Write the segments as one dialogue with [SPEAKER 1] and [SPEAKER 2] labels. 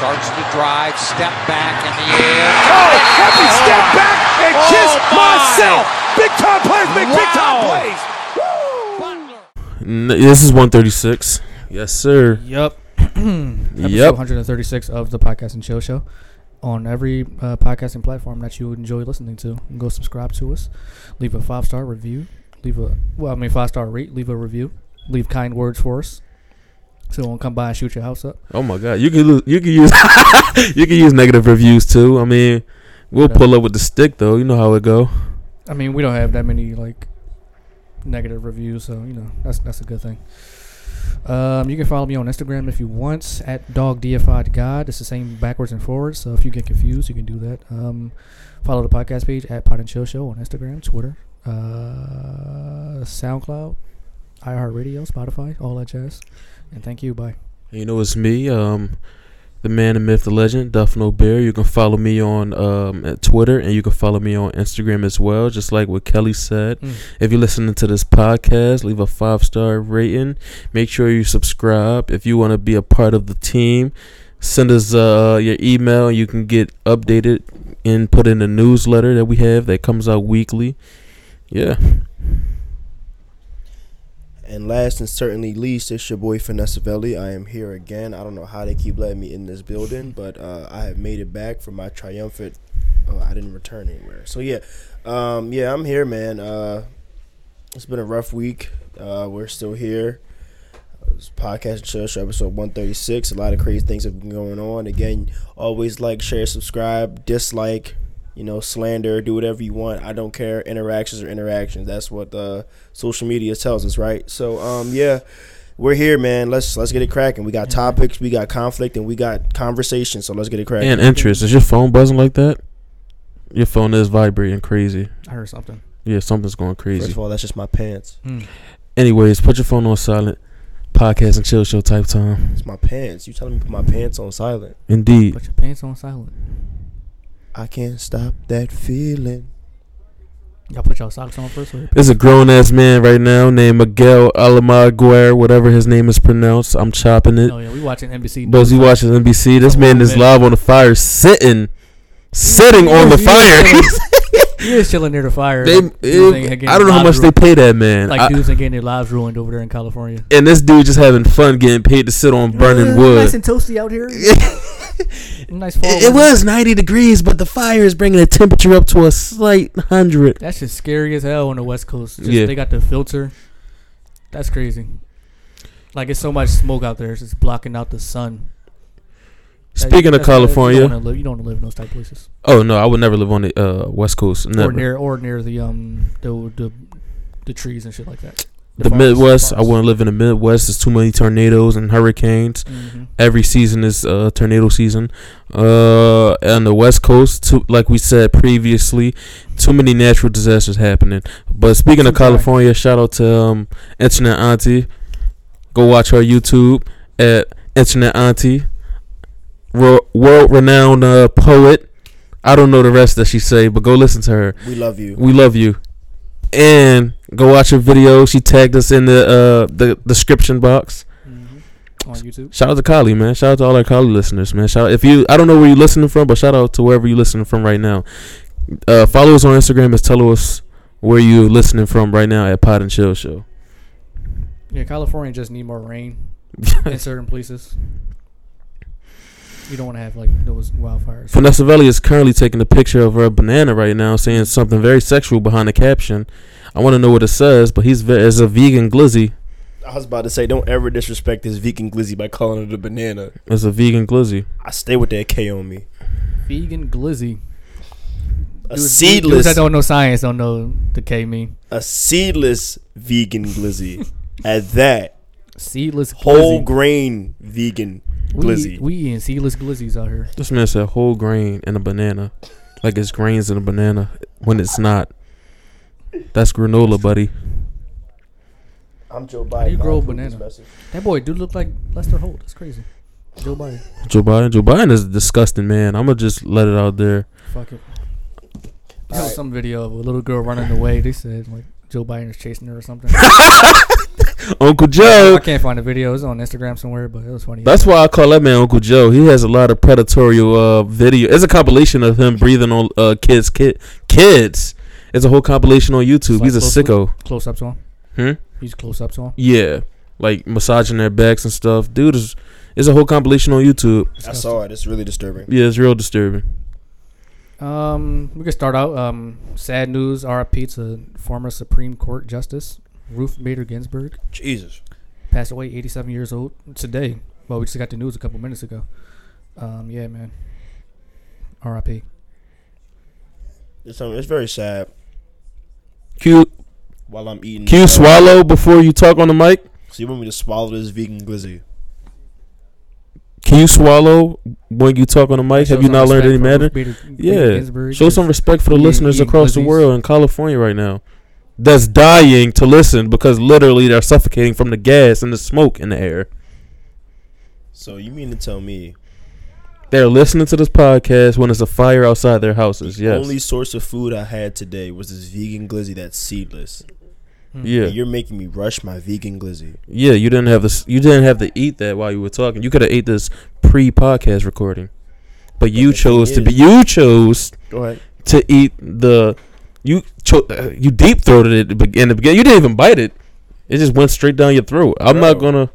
[SPEAKER 1] Starts to drive, step back in the air.
[SPEAKER 2] Oh, happy step back and
[SPEAKER 1] Oh,
[SPEAKER 2] kiss
[SPEAKER 1] my.
[SPEAKER 2] myself. Big time plays make big time
[SPEAKER 1] Wow.
[SPEAKER 2] plays.
[SPEAKER 3] N- This is 136. Yes, sir.
[SPEAKER 4] Yep. Episode
[SPEAKER 3] Yep.
[SPEAKER 4] 136 of the Podcast and Chill Show on every uh, podcasting platform that you enjoy listening to. Go subscribe to us. Leave a five star review. Leave a well, I mean five star rate. Leave a review. Leave kind words for us. So we won't come by and shoot your house up.
[SPEAKER 3] Oh my God, you can lose, you can use you can use negative reviews too. I mean, we'll pull up with the stick though. You know how it go.
[SPEAKER 4] I mean, we don't have that many like negative reviews, so you know that's that's a good thing. Um, you can follow me on Instagram if you want at dog deified god. It's the same backwards and forwards, so if you get confused, you can do that. Um, follow the podcast page at Pod and Chill Show on Instagram, Twitter, uh, SoundCloud, iHeartRadio, Spotify, all that jazz. And thank you. Bye.
[SPEAKER 3] You know it's me, um, the man, the myth, the legend, Duffin O'Bear. You can follow me on um at Twitter and you can follow me on Instagram as well. Just like what Kelly said.
[SPEAKER 4] Mm.
[SPEAKER 3] If you're listening to this podcast, leave a five star rating. Make sure you subscribe. If you want to be a part of the team, send us uh, your email. You can get updated and put in the newsletter that we have that comes out weekly. Yeah.
[SPEAKER 5] And last and certainly least, it's your boy Vanessa Velli. I am here again. I don't know how they keep letting me in this building, but uh, I have made it back from my triumphant. Oh, I didn't return anywhere. So yeah, um, yeah, I'm here, man. Uh, it's been a rough week. Uh, we're still here. This podcast and show, show episode 136. A lot of crazy things have been going on. Again, always like, share, subscribe, dislike. You know, slander, do whatever you want. I don't care. Interactions are interactions. That's what uh, social media tells us, right? So, um, yeah, we're here, man. Let's let's get it cracking. We got topics, we got conflict, and we got conversation. So let's get it cracking.
[SPEAKER 3] And interest. Is your phone buzzing like that? Your phone is vibrating crazy.
[SPEAKER 4] I heard something.
[SPEAKER 3] Yeah, something's going
[SPEAKER 5] First
[SPEAKER 3] crazy.
[SPEAKER 5] of all, that's just my pants.
[SPEAKER 4] Mm.
[SPEAKER 3] Anyways, put your phone on silent. Podcast and chill show type time.
[SPEAKER 5] It's my pants. You telling me to put my pants on silent?
[SPEAKER 3] Indeed.
[SPEAKER 4] Put your pants on silent.
[SPEAKER 5] I can't stop that feeling.
[SPEAKER 4] Y'all put y'all socks on first. Or
[SPEAKER 3] There's a grown ass man right now named Miguel Almaguer, whatever his name is pronounced. I'm chopping it.
[SPEAKER 4] oh yeah, we watching NBC.
[SPEAKER 3] But as he watches NBC, this
[SPEAKER 4] Come
[SPEAKER 3] man
[SPEAKER 4] on,
[SPEAKER 3] is
[SPEAKER 4] man.
[SPEAKER 3] live on the fire, sitting, sitting on the
[SPEAKER 4] He is
[SPEAKER 3] fire.
[SPEAKER 4] chilling- he is chilling near the fire.
[SPEAKER 3] they,
[SPEAKER 4] Like, dudes ain't
[SPEAKER 3] it-
[SPEAKER 4] getting
[SPEAKER 3] I don't know how much
[SPEAKER 4] lives
[SPEAKER 3] they
[SPEAKER 4] ru-
[SPEAKER 3] pay that man.
[SPEAKER 4] like
[SPEAKER 3] I-
[SPEAKER 4] dudes ain't getting their lives ruined over there in California.
[SPEAKER 3] and this dude just having fun, getting paid to sit on burning wood.
[SPEAKER 4] Nice and toasty out here. nice fall.
[SPEAKER 3] It, it
[SPEAKER 4] weather.
[SPEAKER 3] was 90 degrees, but the fire is bringing the temperature up to a slight hundred.
[SPEAKER 4] That's just scary as hell on the West Coast. Just,
[SPEAKER 3] Yeah.
[SPEAKER 4] They got the filter. That's crazy. Like it's so much smoke out there, it's just blocking out the sun. That-
[SPEAKER 3] Speaking of
[SPEAKER 4] that's- that's- you don't
[SPEAKER 3] California,
[SPEAKER 4] wanna live, you don't wanna live in those type of places.
[SPEAKER 3] oh no, I would never live on the uh, West Coast.
[SPEAKER 4] Or
[SPEAKER 3] Never.
[SPEAKER 4] near, or near the um the the, the trees and shit like that.
[SPEAKER 3] The
[SPEAKER 4] forests,
[SPEAKER 3] Midwest, I
[SPEAKER 4] forests.
[SPEAKER 3] wouldn't live in the Midwest. There's too many tornadoes and hurricanes.
[SPEAKER 4] Mhm.
[SPEAKER 3] every season is uh, tornado season. Uh, on the West Coast, too, like we said previously, too many natural disasters happening. But speaking of
[SPEAKER 4] Too dry.
[SPEAKER 3] California, shout out to um, Internet Auntie. Go watch her YouTube at Internet Auntie, Ro- world-renowned uh, poet. I don't know the rest that she say, but go listen to her.
[SPEAKER 5] We love you.
[SPEAKER 3] We love you. And go watch her video. She tagged us in the uh, the description box.
[SPEAKER 4] Mhm. On YouTube.
[SPEAKER 3] Shout out to Kali, man. Shout out to all our Kali listeners, man. Shout out if you I don't know where you're listening from, but shout out to wherever you're listening from right now. Uh, follow us on Instagram and tell us where you're listening from right now at Pod and Chill Show.
[SPEAKER 4] Yeah, California just need more rain in certain places. You don't want to have like those wildfires.
[SPEAKER 3] Vanessa Velli is currently taking a picture of her banana right now, saying something very sexual behind the caption. I want to know what it says, but he's ve- as a vegan glizzy,
[SPEAKER 5] I was about to say, don't ever disrespect this vegan glizzy by calling it a banana.
[SPEAKER 3] as a vegan glizzy.
[SPEAKER 5] I stay with that K on me.
[SPEAKER 4] Vegan glizzy.
[SPEAKER 5] A
[SPEAKER 4] Dudes-
[SPEAKER 5] seedless,
[SPEAKER 4] Dudes that don't know science don't know the K mean.
[SPEAKER 5] a seedless vegan glizzy. At that,
[SPEAKER 4] Seedless glizzy.
[SPEAKER 5] whole grain vegan
[SPEAKER 4] We-
[SPEAKER 5] glizzy.
[SPEAKER 4] We, eating seedless glizzies out here.
[SPEAKER 3] This man said whole grain and a banana, like it's grains and a banana when it's not. That's granola, buddy.
[SPEAKER 5] I'm Joe Biden.
[SPEAKER 4] do you grow a
[SPEAKER 5] I approve
[SPEAKER 4] banana?
[SPEAKER 5] this message.
[SPEAKER 4] That boy do look like Lester Holt. That's crazy. Joe Biden.
[SPEAKER 3] Joe Biden. Joe Biden is a disgusting man. I'm gonna just let it out there.
[SPEAKER 4] Fuck it. There was
[SPEAKER 5] Alright.
[SPEAKER 4] some video of a little girl running away. They said like Joe Biden is chasing her or something.
[SPEAKER 3] Uncle Joe.
[SPEAKER 4] I can't find the video. It's on Instagram somewhere, but it was funny.
[SPEAKER 3] That's why I call that man Uncle Joe. He has a lot of predatory uh, video. It's a compilation of him breathing on uh, kids, kid, kids. It's a whole compilation on YouTube.
[SPEAKER 4] Like
[SPEAKER 3] He's a
[SPEAKER 4] closely?
[SPEAKER 3] sicko.
[SPEAKER 4] close ups on.
[SPEAKER 3] Hmm?
[SPEAKER 4] He's close ups on.
[SPEAKER 3] Yeah, like massaging their backs and stuff. Dude is. It's a whole compilation on YouTube.
[SPEAKER 5] I saw it. It's really disturbing.
[SPEAKER 3] Yeah, it's real disturbing.
[SPEAKER 4] Um, we can start out. Um, sad news. R.I.P. to former Supreme Court Justice Ruth Bader Ginsburg.
[SPEAKER 5] Jesus.
[SPEAKER 4] passed away, 87 years old today. Well, we just got the news a couple minutes ago. Um, yeah, man. R.I.P.
[SPEAKER 5] It's, um, it's very sad.
[SPEAKER 3] Q
[SPEAKER 5] While I'm eating.
[SPEAKER 3] Q
[SPEAKER 5] uh,
[SPEAKER 3] swallow before you talk on the mic.
[SPEAKER 5] So you want me to swallow this vegan glizzy?
[SPEAKER 3] Can you swallow when you talk on the mic? Have
[SPEAKER 4] Show
[SPEAKER 3] you
[SPEAKER 4] some
[SPEAKER 3] not learned
[SPEAKER 4] respect
[SPEAKER 3] any
[SPEAKER 4] for
[SPEAKER 3] matter?
[SPEAKER 4] Ruth Bader- Bader
[SPEAKER 3] Yeah.
[SPEAKER 4] Ginsburg.
[SPEAKER 3] Show some
[SPEAKER 4] Just-
[SPEAKER 3] respect for the
[SPEAKER 4] Yeah,
[SPEAKER 3] listeners
[SPEAKER 4] eating
[SPEAKER 3] across the
[SPEAKER 4] glizzies.
[SPEAKER 3] world in California right now that's dying to listen because literally they're suffocating from the gas and the smoke in the air.
[SPEAKER 5] So you mean to tell me
[SPEAKER 3] They're listening to this podcast when it's a fire outside their houses.
[SPEAKER 5] the
[SPEAKER 3] Yes.
[SPEAKER 5] only source of food I had today was this vegan glizzy that's seedless? And
[SPEAKER 3] yeah.
[SPEAKER 5] you're making me rush my vegan glizzy.
[SPEAKER 3] Yeah, you didn't have this you didn't have to eat that while you were talking. You could have ate this pre-podcast recording. But you
[SPEAKER 5] the thing
[SPEAKER 3] chose to be
[SPEAKER 5] is-
[SPEAKER 3] you chose
[SPEAKER 5] Go ahead.
[SPEAKER 3] to eat the you cho- uh, you deep throated it at the beg- in the beginning. You didn't even bite it. It just went straight down your throat. I'm not
[SPEAKER 5] Bro.
[SPEAKER 3] gonna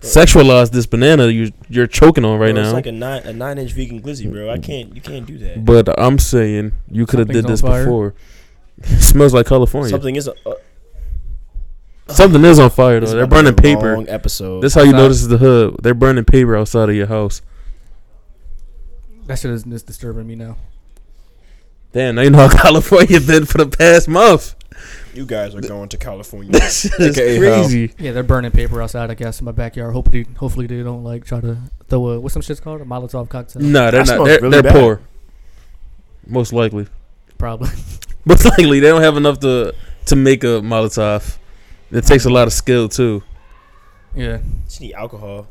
[SPEAKER 3] sexualize this banana you you're choking on right
[SPEAKER 5] Bro,
[SPEAKER 3] now.
[SPEAKER 5] It's like a nine a nine inch vegan glizzy, bro. I can't. You can't do that.
[SPEAKER 3] but I'm saying you could have did
[SPEAKER 4] Something's
[SPEAKER 3] this
[SPEAKER 4] on fire.
[SPEAKER 3] before. It smells like California. Something,
[SPEAKER 5] Something is. A, uh,
[SPEAKER 3] is on fire though.
[SPEAKER 5] this
[SPEAKER 3] They're
[SPEAKER 5] might be a
[SPEAKER 3] burning paper.
[SPEAKER 5] Long episode.
[SPEAKER 3] That's how you
[SPEAKER 4] Outside.
[SPEAKER 3] know this is the hood. They're burning paper outside of your house.
[SPEAKER 4] That shit is is disturbing me now.
[SPEAKER 3] Damn, now you know how California been for the past month.
[SPEAKER 5] you guys are going to California.
[SPEAKER 3] That shit is
[SPEAKER 5] AKA how.
[SPEAKER 3] crazy.
[SPEAKER 4] Yeah, they're burning paper outside. I guess in my backyard. Hopefully, hopefully they don't like try to throw a what's some shit's called a Molotov cocktail.
[SPEAKER 3] No, they're
[SPEAKER 5] That
[SPEAKER 3] not.
[SPEAKER 5] smells
[SPEAKER 3] They're,
[SPEAKER 5] really
[SPEAKER 3] they're
[SPEAKER 5] bad.
[SPEAKER 3] poor. Most likely.
[SPEAKER 4] Probably.
[SPEAKER 3] Most likely they don't have enough to to make a Molotov. It takes a lot of skill too.
[SPEAKER 4] yeah.
[SPEAKER 5] Just need alcohol.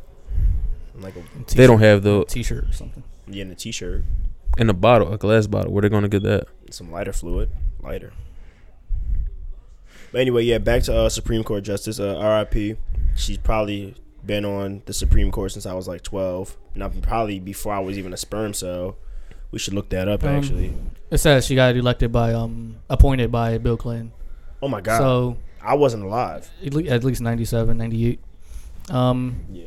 [SPEAKER 5] And like a,
[SPEAKER 3] They don't have the
[SPEAKER 4] T-shirt or something.
[SPEAKER 5] yeah, and a t shirt,
[SPEAKER 3] in a bottle, a glass bottle. Where they gonna get that?
[SPEAKER 5] some lighter fluid, lighter. But anyway, yeah, back to uh, Supreme Court Justice uh, R.I.P. She's probably been on the Supreme Court since I was like twelve, and I'm probably before I was even a sperm cell. We should look that up
[SPEAKER 4] Um,
[SPEAKER 5] actually.
[SPEAKER 4] It says she got elected by um appointed by Bill Clinton.
[SPEAKER 5] Oh my god,
[SPEAKER 4] So
[SPEAKER 5] I wasn't alive.
[SPEAKER 4] at le- at least 97, 98. Um,
[SPEAKER 5] Yeah,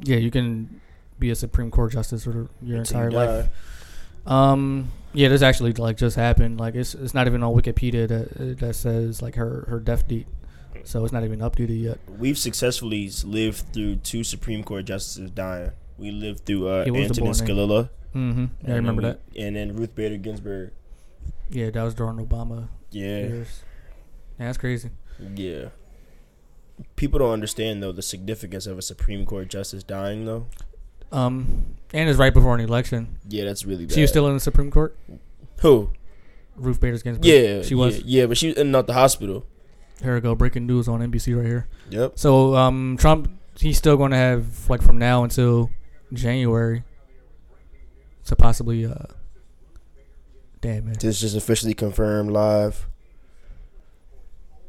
[SPEAKER 4] Yeah, you can be a Supreme Court justice for your
[SPEAKER 5] Until you
[SPEAKER 4] entire
[SPEAKER 5] die.
[SPEAKER 4] life. Um, yeah, this actually like just happened. Like it's it's not even on Wikipedia that that says like her her death date, so it's not even updated yet.
[SPEAKER 5] We've successfully lived through two Supreme Court justices dying. We lived through uh,
[SPEAKER 4] He was the
[SPEAKER 5] Antonin
[SPEAKER 4] boy name.
[SPEAKER 5] Scalia.
[SPEAKER 4] Mm-hmm. Yeah, I remember that.
[SPEAKER 5] And then Ruth Bader Ginsburg.
[SPEAKER 4] Yeah, that was during Obama
[SPEAKER 5] Yeah,
[SPEAKER 4] years. Yeah, that's crazy.
[SPEAKER 5] yeah. People don't understand though the significance of a Supreme Court justice dying though.
[SPEAKER 4] Um, and it's right before an election.
[SPEAKER 5] Yeah, that's really bad.
[SPEAKER 4] She was still in the Supreme Court.
[SPEAKER 5] who?
[SPEAKER 4] Ruth Bader Ginsburg.
[SPEAKER 5] Yeah,
[SPEAKER 4] she was.
[SPEAKER 5] Yeah, yeah, but she was in and out the hospital.
[SPEAKER 4] Here we go, breaking news on NBC right here.
[SPEAKER 5] Yep.
[SPEAKER 4] So um, Trump, he's still going to have like from now until January to possibly uh, damn man,
[SPEAKER 5] This just officially confirmed live.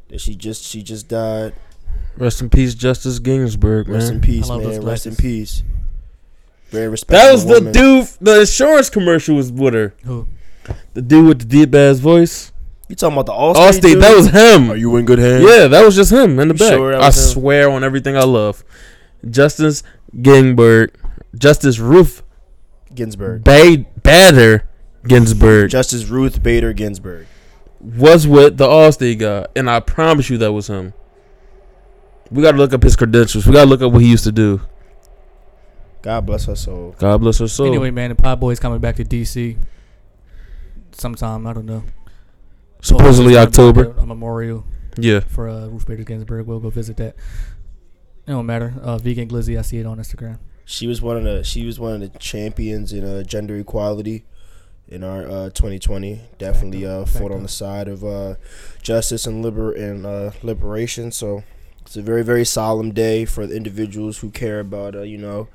[SPEAKER 5] That she just she just died.
[SPEAKER 3] Rest in peace, Justice Ginsburg,
[SPEAKER 5] Rest in
[SPEAKER 3] man.
[SPEAKER 5] peace,
[SPEAKER 4] I love
[SPEAKER 5] man.
[SPEAKER 4] those
[SPEAKER 5] Rest in
[SPEAKER 4] glasses.
[SPEAKER 5] peace. Very respectful.
[SPEAKER 3] That was the
[SPEAKER 5] woman.
[SPEAKER 3] dude. The insurance commercial was with her.
[SPEAKER 4] Who?
[SPEAKER 3] The dude with the deep ass voice.
[SPEAKER 5] You talking about the Allstate?
[SPEAKER 3] Allstate, that
[SPEAKER 5] dude?
[SPEAKER 3] was him.
[SPEAKER 5] Are you in good hands?
[SPEAKER 3] Yeah, that was just him in the
[SPEAKER 5] You
[SPEAKER 3] back.
[SPEAKER 5] sure that
[SPEAKER 3] I
[SPEAKER 5] was him?
[SPEAKER 3] swear on everything I love. Justice Ginsburg, Justice Ruth
[SPEAKER 5] Ginsburg.
[SPEAKER 3] ba- Bader Ginsburg
[SPEAKER 5] Justice Ruth Bader Ginsburg.
[SPEAKER 3] was with the Allstate guy, and I promise you that was him. We gotta look up his credentials. We gotta look up what he used to do.
[SPEAKER 5] God bless her soul.
[SPEAKER 3] God bless her soul.
[SPEAKER 4] anyway, man, the Pod Boy's coming back to DC sometime. I don't know.
[SPEAKER 3] supposedly
[SPEAKER 4] Hopefully it's gonna be
[SPEAKER 3] October.
[SPEAKER 4] like a, a memorial
[SPEAKER 3] Yeah,
[SPEAKER 4] for uh, Ruth Bader Ginsburg. We'll go visit that. It don't matter. Uh, Vegan Glizzy, I see it on Instagram.
[SPEAKER 5] She was one of the she was one of the champions in uh, gender equality in our uh, 2020. Definitely uh,
[SPEAKER 4] up,
[SPEAKER 5] fought
[SPEAKER 4] back
[SPEAKER 5] on the
[SPEAKER 4] up.
[SPEAKER 5] side of uh, justice and liber and uh, liberation. So it's a very very solemn day for the individuals who care about uh, you know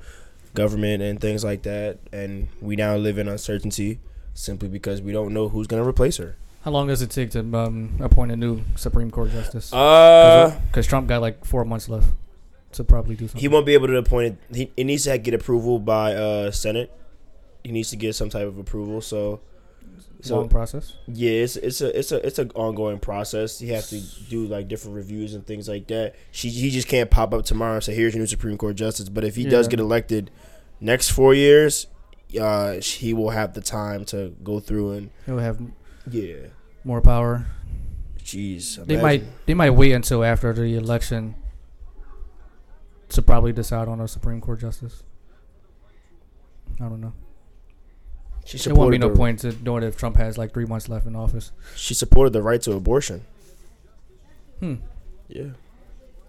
[SPEAKER 5] government and things like that. And we now live in uncertainty simply because we don't know who's gonna replace her.
[SPEAKER 4] How long does it take to um, appoint a new Supreme Court justice?
[SPEAKER 5] Uh,
[SPEAKER 4] Because Trump got like four months left to probably do something.
[SPEAKER 5] he won't be able to appoint it. He, it needs to get approval by uh Senate. He needs to get some type of approval. So,
[SPEAKER 4] It's a
[SPEAKER 5] so
[SPEAKER 4] long process.
[SPEAKER 5] yeah, it's it's a it's a it's an ongoing process. He has to do like different reviews and things like that. She he just can't pop up tomorrow and say here's your new Supreme Court justice. But if he does
[SPEAKER 4] Yeah.
[SPEAKER 5] get elected, next four years, uh, he will have the time to go through and
[SPEAKER 4] He'll have
[SPEAKER 5] yeah.
[SPEAKER 4] more power.
[SPEAKER 5] Jeez,
[SPEAKER 4] They
[SPEAKER 5] imagine.
[SPEAKER 4] might they might wait until after the election to probably decide on a Supreme Court justice. I don't know.
[SPEAKER 5] She
[SPEAKER 4] There won't be
[SPEAKER 5] supported
[SPEAKER 4] no
[SPEAKER 5] the,
[SPEAKER 4] point to doing it if Trump has like three months left in office.
[SPEAKER 5] She supported the right to abortion.
[SPEAKER 4] Hmm.
[SPEAKER 5] Yeah,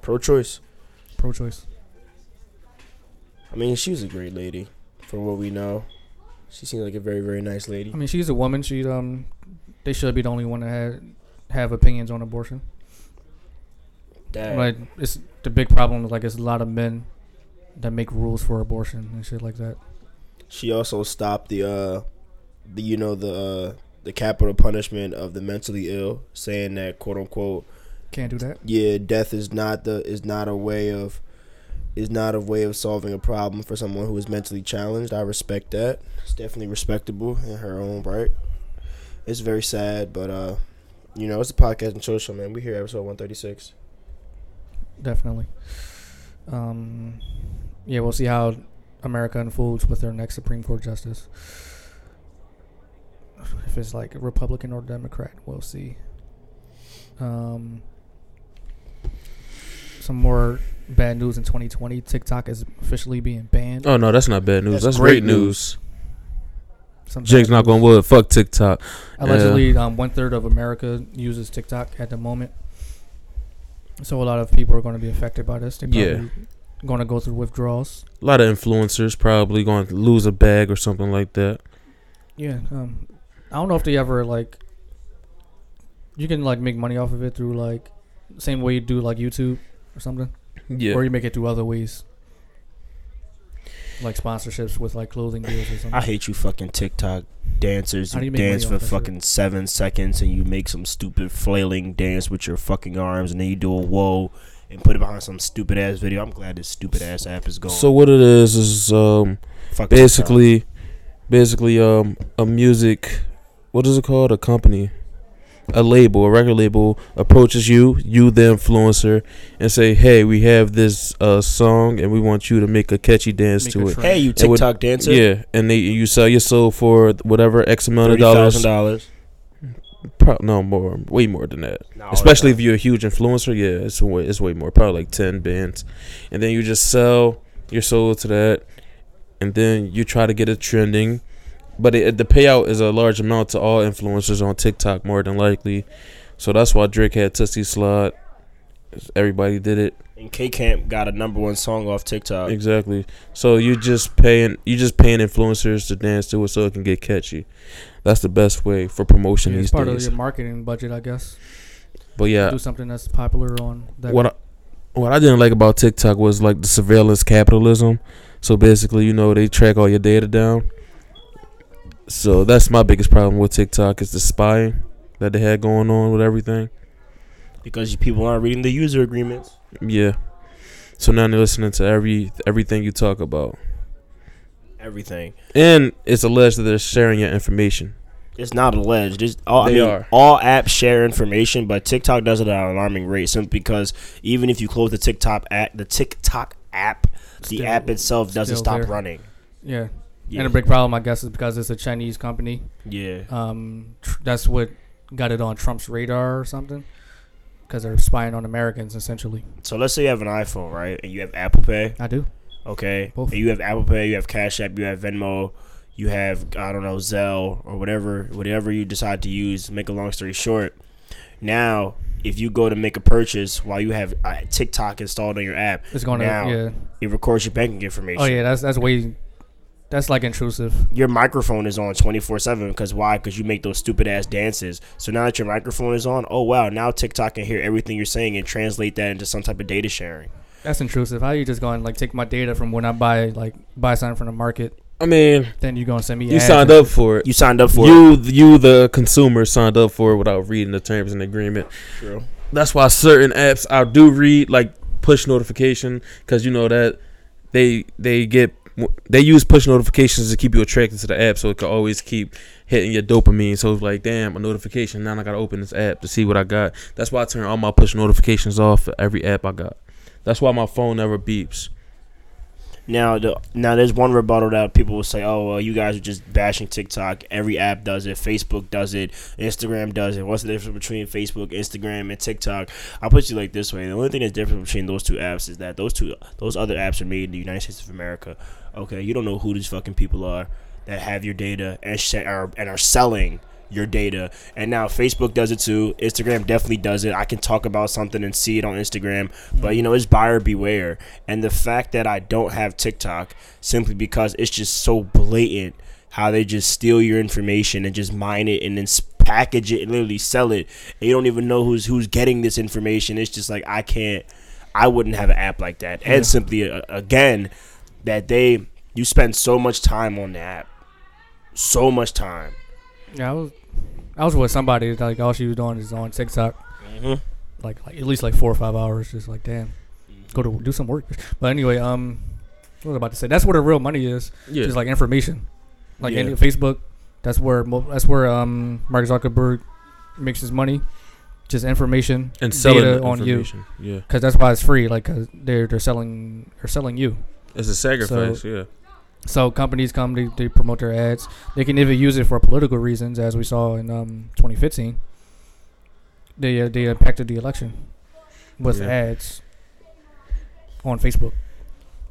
[SPEAKER 5] pro-choice.
[SPEAKER 4] Pro-choice.
[SPEAKER 5] I mean, she was a great lady, from what we know. She seemed like a very, very nice lady.
[SPEAKER 4] I mean, she's a woman. She um, they should be the only one that had have opinions on abortion.
[SPEAKER 5] Dang.
[SPEAKER 4] Like it's the big problem. is, Like it's a lot of men that make rules for abortion and shit like that.
[SPEAKER 5] She also stopped the, uh, the you know the uh, the capital punishment of the mentally ill, saying that quote unquote,
[SPEAKER 4] Can't do that.
[SPEAKER 5] yeah, death is not the is not a way of is not a way of solving a problem for someone who is mentally challenged. I respect that. It's definitely respectable in her own right. It's very sad, but uh, you know, it's a podcast and social man. We here episode one thirty six.
[SPEAKER 4] Definitely. Um, yeah, we'll see how America unfolds with their next Supreme Court justice. If it's like a Republican or Democrat, we'll see. Um, some more bad news in 2020. TikTok is officially being banned.
[SPEAKER 3] Oh no, that's not bad news.
[SPEAKER 5] That's
[SPEAKER 3] That's,
[SPEAKER 5] great
[SPEAKER 3] great news.
[SPEAKER 4] Some
[SPEAKER 3] Jake's
[SPEAKER 4] bad
[SPEAKER 3] not
[SPEAKER 4] news.
[SPEAKER 3] going wood. Fuck TikTok.
[SPEAKER 4] Allegedly, um, one third of America uses TikTok at the moment. So a lot of people are going to be affected by this. They're
[SPEAKER 3] Yeah.
[SPEAKER 4] probably going to go through withdrawals.
[SPEAKER 3] A lot of influencers probably going to lose a bag or something like that.
[SPEAKER 4] Yeah. Um, I don't know if they ever like. You can like make money off of it through like same way you do like YouTube or something,
[SPEAKER 3] Yeah.
[SPEAKER 4] or you make it through other ways, like sponsorships with like clothing deals or something.
[SPEAKER 5] I hate you fucking TikTok dancers
[SPEAKER 4] How do
[SPEAKER 5] who
[SPEAKER 4] you make money
[SPEAKER 5] dance
[SPEAKER 4] off
[SPEAKER 5] for
[SPEAKER 4] that shit?
[SPEAKER 5] fucking seven seconds and you make some stupid flailing dance with your fucking arms and then you do a whoa and put it behind some stupid ass video. I'm glad this stupid ass app is gone.
[SPEAKER 3] So what it is is um
[SPEAKER 5] Fuck TikTok.
[SPEAKER 3] basically basically um a music what is it called a company a label a record label approaches you you the influencer and say hey we have this uh song and we want you to make a catchy dance
[SPEAKER 4] Make
[SPEAKER 3] to
[SPEAKER 4] a
[SPEAKER 3] it
[SPEAKER 4] track.
[SPEAKER 5] hey, you
[SPEAKER 3] It would-
[SPEAKER 5] TikTok dancer,
[SPEAKER 3] yeah and they you sell your soul for whatever x amount of
[SPEAKER 5] thirty
[SPEAKER 3] dollars
[SPEAKER 5] thousand dollars,
[SPEAKER 3] Pro- no more way more than that especially if you're a huge influencer yeah it's way, it's way more probably like 10 bands and then you just sell your soul to that and then you try to get it trending but it, the payout is a large amount to all influencers on tiktok more than likely so that's why drake had tootsie slot everybody did it
[SPEAKER 5] and K Camp got a number one song off TikTok.
[SPEAKER 3] exactly so you just paying you just paying influencers to dance to it so it can get catchy that's the best way for promotion
[SPEAKER 4] Yeah,
[SPEAKER 3] these
[SPEAKER 4] it's part
[SPEAKER 3] days
[SPEAKER 4] of your marketing budget, I guess.
[SPEAKER 3] but yeah
[SPEAKER 4] Do something that's popular on that.
[SPEAKER 3] what I, what I didn't like about TikTok was like the surveillance capitalism. So basically, you know, they track all your data down. So that's my biggest problem with TikTok is the spying that they had going on with everything.
[SPEAKER 5] because people aren't reading the user agreements.
[SPEAKER 3] Yeah. So now they're listening to every everything you talk about,
[SPEAKER 5] Everything.
[SPEAKER 3] and it's alleged that they're sharing your information.
[SPEAKER 5] It's not alleged. It's all,
[SPEAKER 3] They
[SPEAKER 5] I mean,
[SPEAKER 3] are.
[SPEAKER 5] all apps share information, but TikTok does it at an alarming rate. Simply because even if you close the TikTok app, the TikTok app, the
[SPEAKER 4] Still-
[SPEAKER 5] app itself doesn't
[SPEAKER 4] still
[SPEAKER 5] stop
[SPEAKER 4] there.
[SPEAKER 5] running.
[SPEAKER 4] yeah.
[SPEAKER 5] Yeah,
[SPEAKER 4] And a big problem, I guess, is because it's a Chinese company.
[SPEAKER 5] yeah.
[SPEAKER 4] Um, tr- that's what got it on Trump's radar or something, because they're spying on Americans essentially.
[SPEAKER 5] So let's say you have an iPhone, right, and you have Apple Pay.
[SPEAKER 4] I do.
[SPEAKER 5] Okay,
[SPEAKER 4] Both.
[SPEAKER 5] and you have Apple Pay, you have Cash App, you have Venmo, you have I don't know Zelle or whatever, whatever you decide to use. Make a long story short, now if you go to make a purchase while you have uh, TikTok installed on your app,
[SPEAKER 4] It's going to
[SPEAKER 5] now
[SPEAKER 4] yeah.
[SPEAKER 5] it records your banking information.
[SPEAKER 4] Oh yeah, that's that's way. That's like intrusive.
[SPEAKER 5] your microphone is on 24 7 because why because you make those stupid ass dances so now that your microphone is on oh wow now tiktok can hear everything you're saying and translate that into some type of data sharing
[SPEAKER 4] That's intrusive. How you just going like take my data from when I buy like buy something from the market?
[SPEAKER 3] I mean,
[SPEAKER 4] Then you're gonna send me.
[SPEAKER 3] you signed up for it.
[SPEAKER 6] You signed up for it.
[SPEAKER 3] You, you, the consumer, signed up for it without reading the terms and agreement.
[SPEAKER 5] True.
[SPEAKER 3] That's why certain apps I do read, like push notification, because you know that they they get they use push notifications to keep you attracted to the app, so it can always keep hitting your dopamine. So it's like, damn, a notification. Now I gotta open this app to see what I got. That's why I turn all my push notifications off for every app I got. That's why my phone never beeps.
[SPEAKER 6] Now, the, now there's one rebuttal that people will say, "Oh, well, you guys are just bashing TikTok. Every app does it. Facebook does it. Instagram does it. What's the difference between Facebook, Instagram, and TikTok?" I'll put you like this way: the only thing that's different between those two apps is that those two, those other apps are made in the United States of America. Okay, you don't know who these fucking people are that have your data and sh- are, and are selling your data. And now Facebook does it too. Instagram definitely does it. I can talk about something and see it on Instagram, but you know, it's buyer beware. And the fact that I don't have TikTok simply because it's just so blatant how they just steal your information and just mine it and then s- package it and literally sell it. And you don't even know who's who's getting this information. It's just like I can't I wouldn't have an app like that. And simply uh, again that they you spend so much time on the app. So much time.
[SPEAKER 4] Yeah, I was, I was with somebody that's like all she was doing is on TikTok,
[SPEAKER 3] Mm-hmm.
[SPEAKER 4] like, like at least like four or five hours. Just like damn, go to do some work. But anyway, um, what was I about to say? That's where the real money is.
[SPEAKER 3] Yeah.
[SPEAKER 4] Just like information, like
[SPEAKER 6] Yeah.
[SPEAKER 4] any Facebook. That's where mo- that's where um Mark Zuckerberg makes his money. Just information
[SPEAKER 3] and selling
[SPEAKER 4] data
[SPEAKER 3] the
[SPEAKER 4] on you,
[SPEAKER 3] information. Yeah,
[SPEAKER 4] because that's why it's free. Like they they're they're selling they're selling you.
[SPEAKER 3] it's a sacrifice. yeah,
[SPEAKER 4] So companies come, they, they promote their ads. They can even use it for political reasons, as we saw in um, 2015. They uh, they impacted the election with
[SPEAKER 3] Yeah.
[SPEAKER 4] ads on Facebook.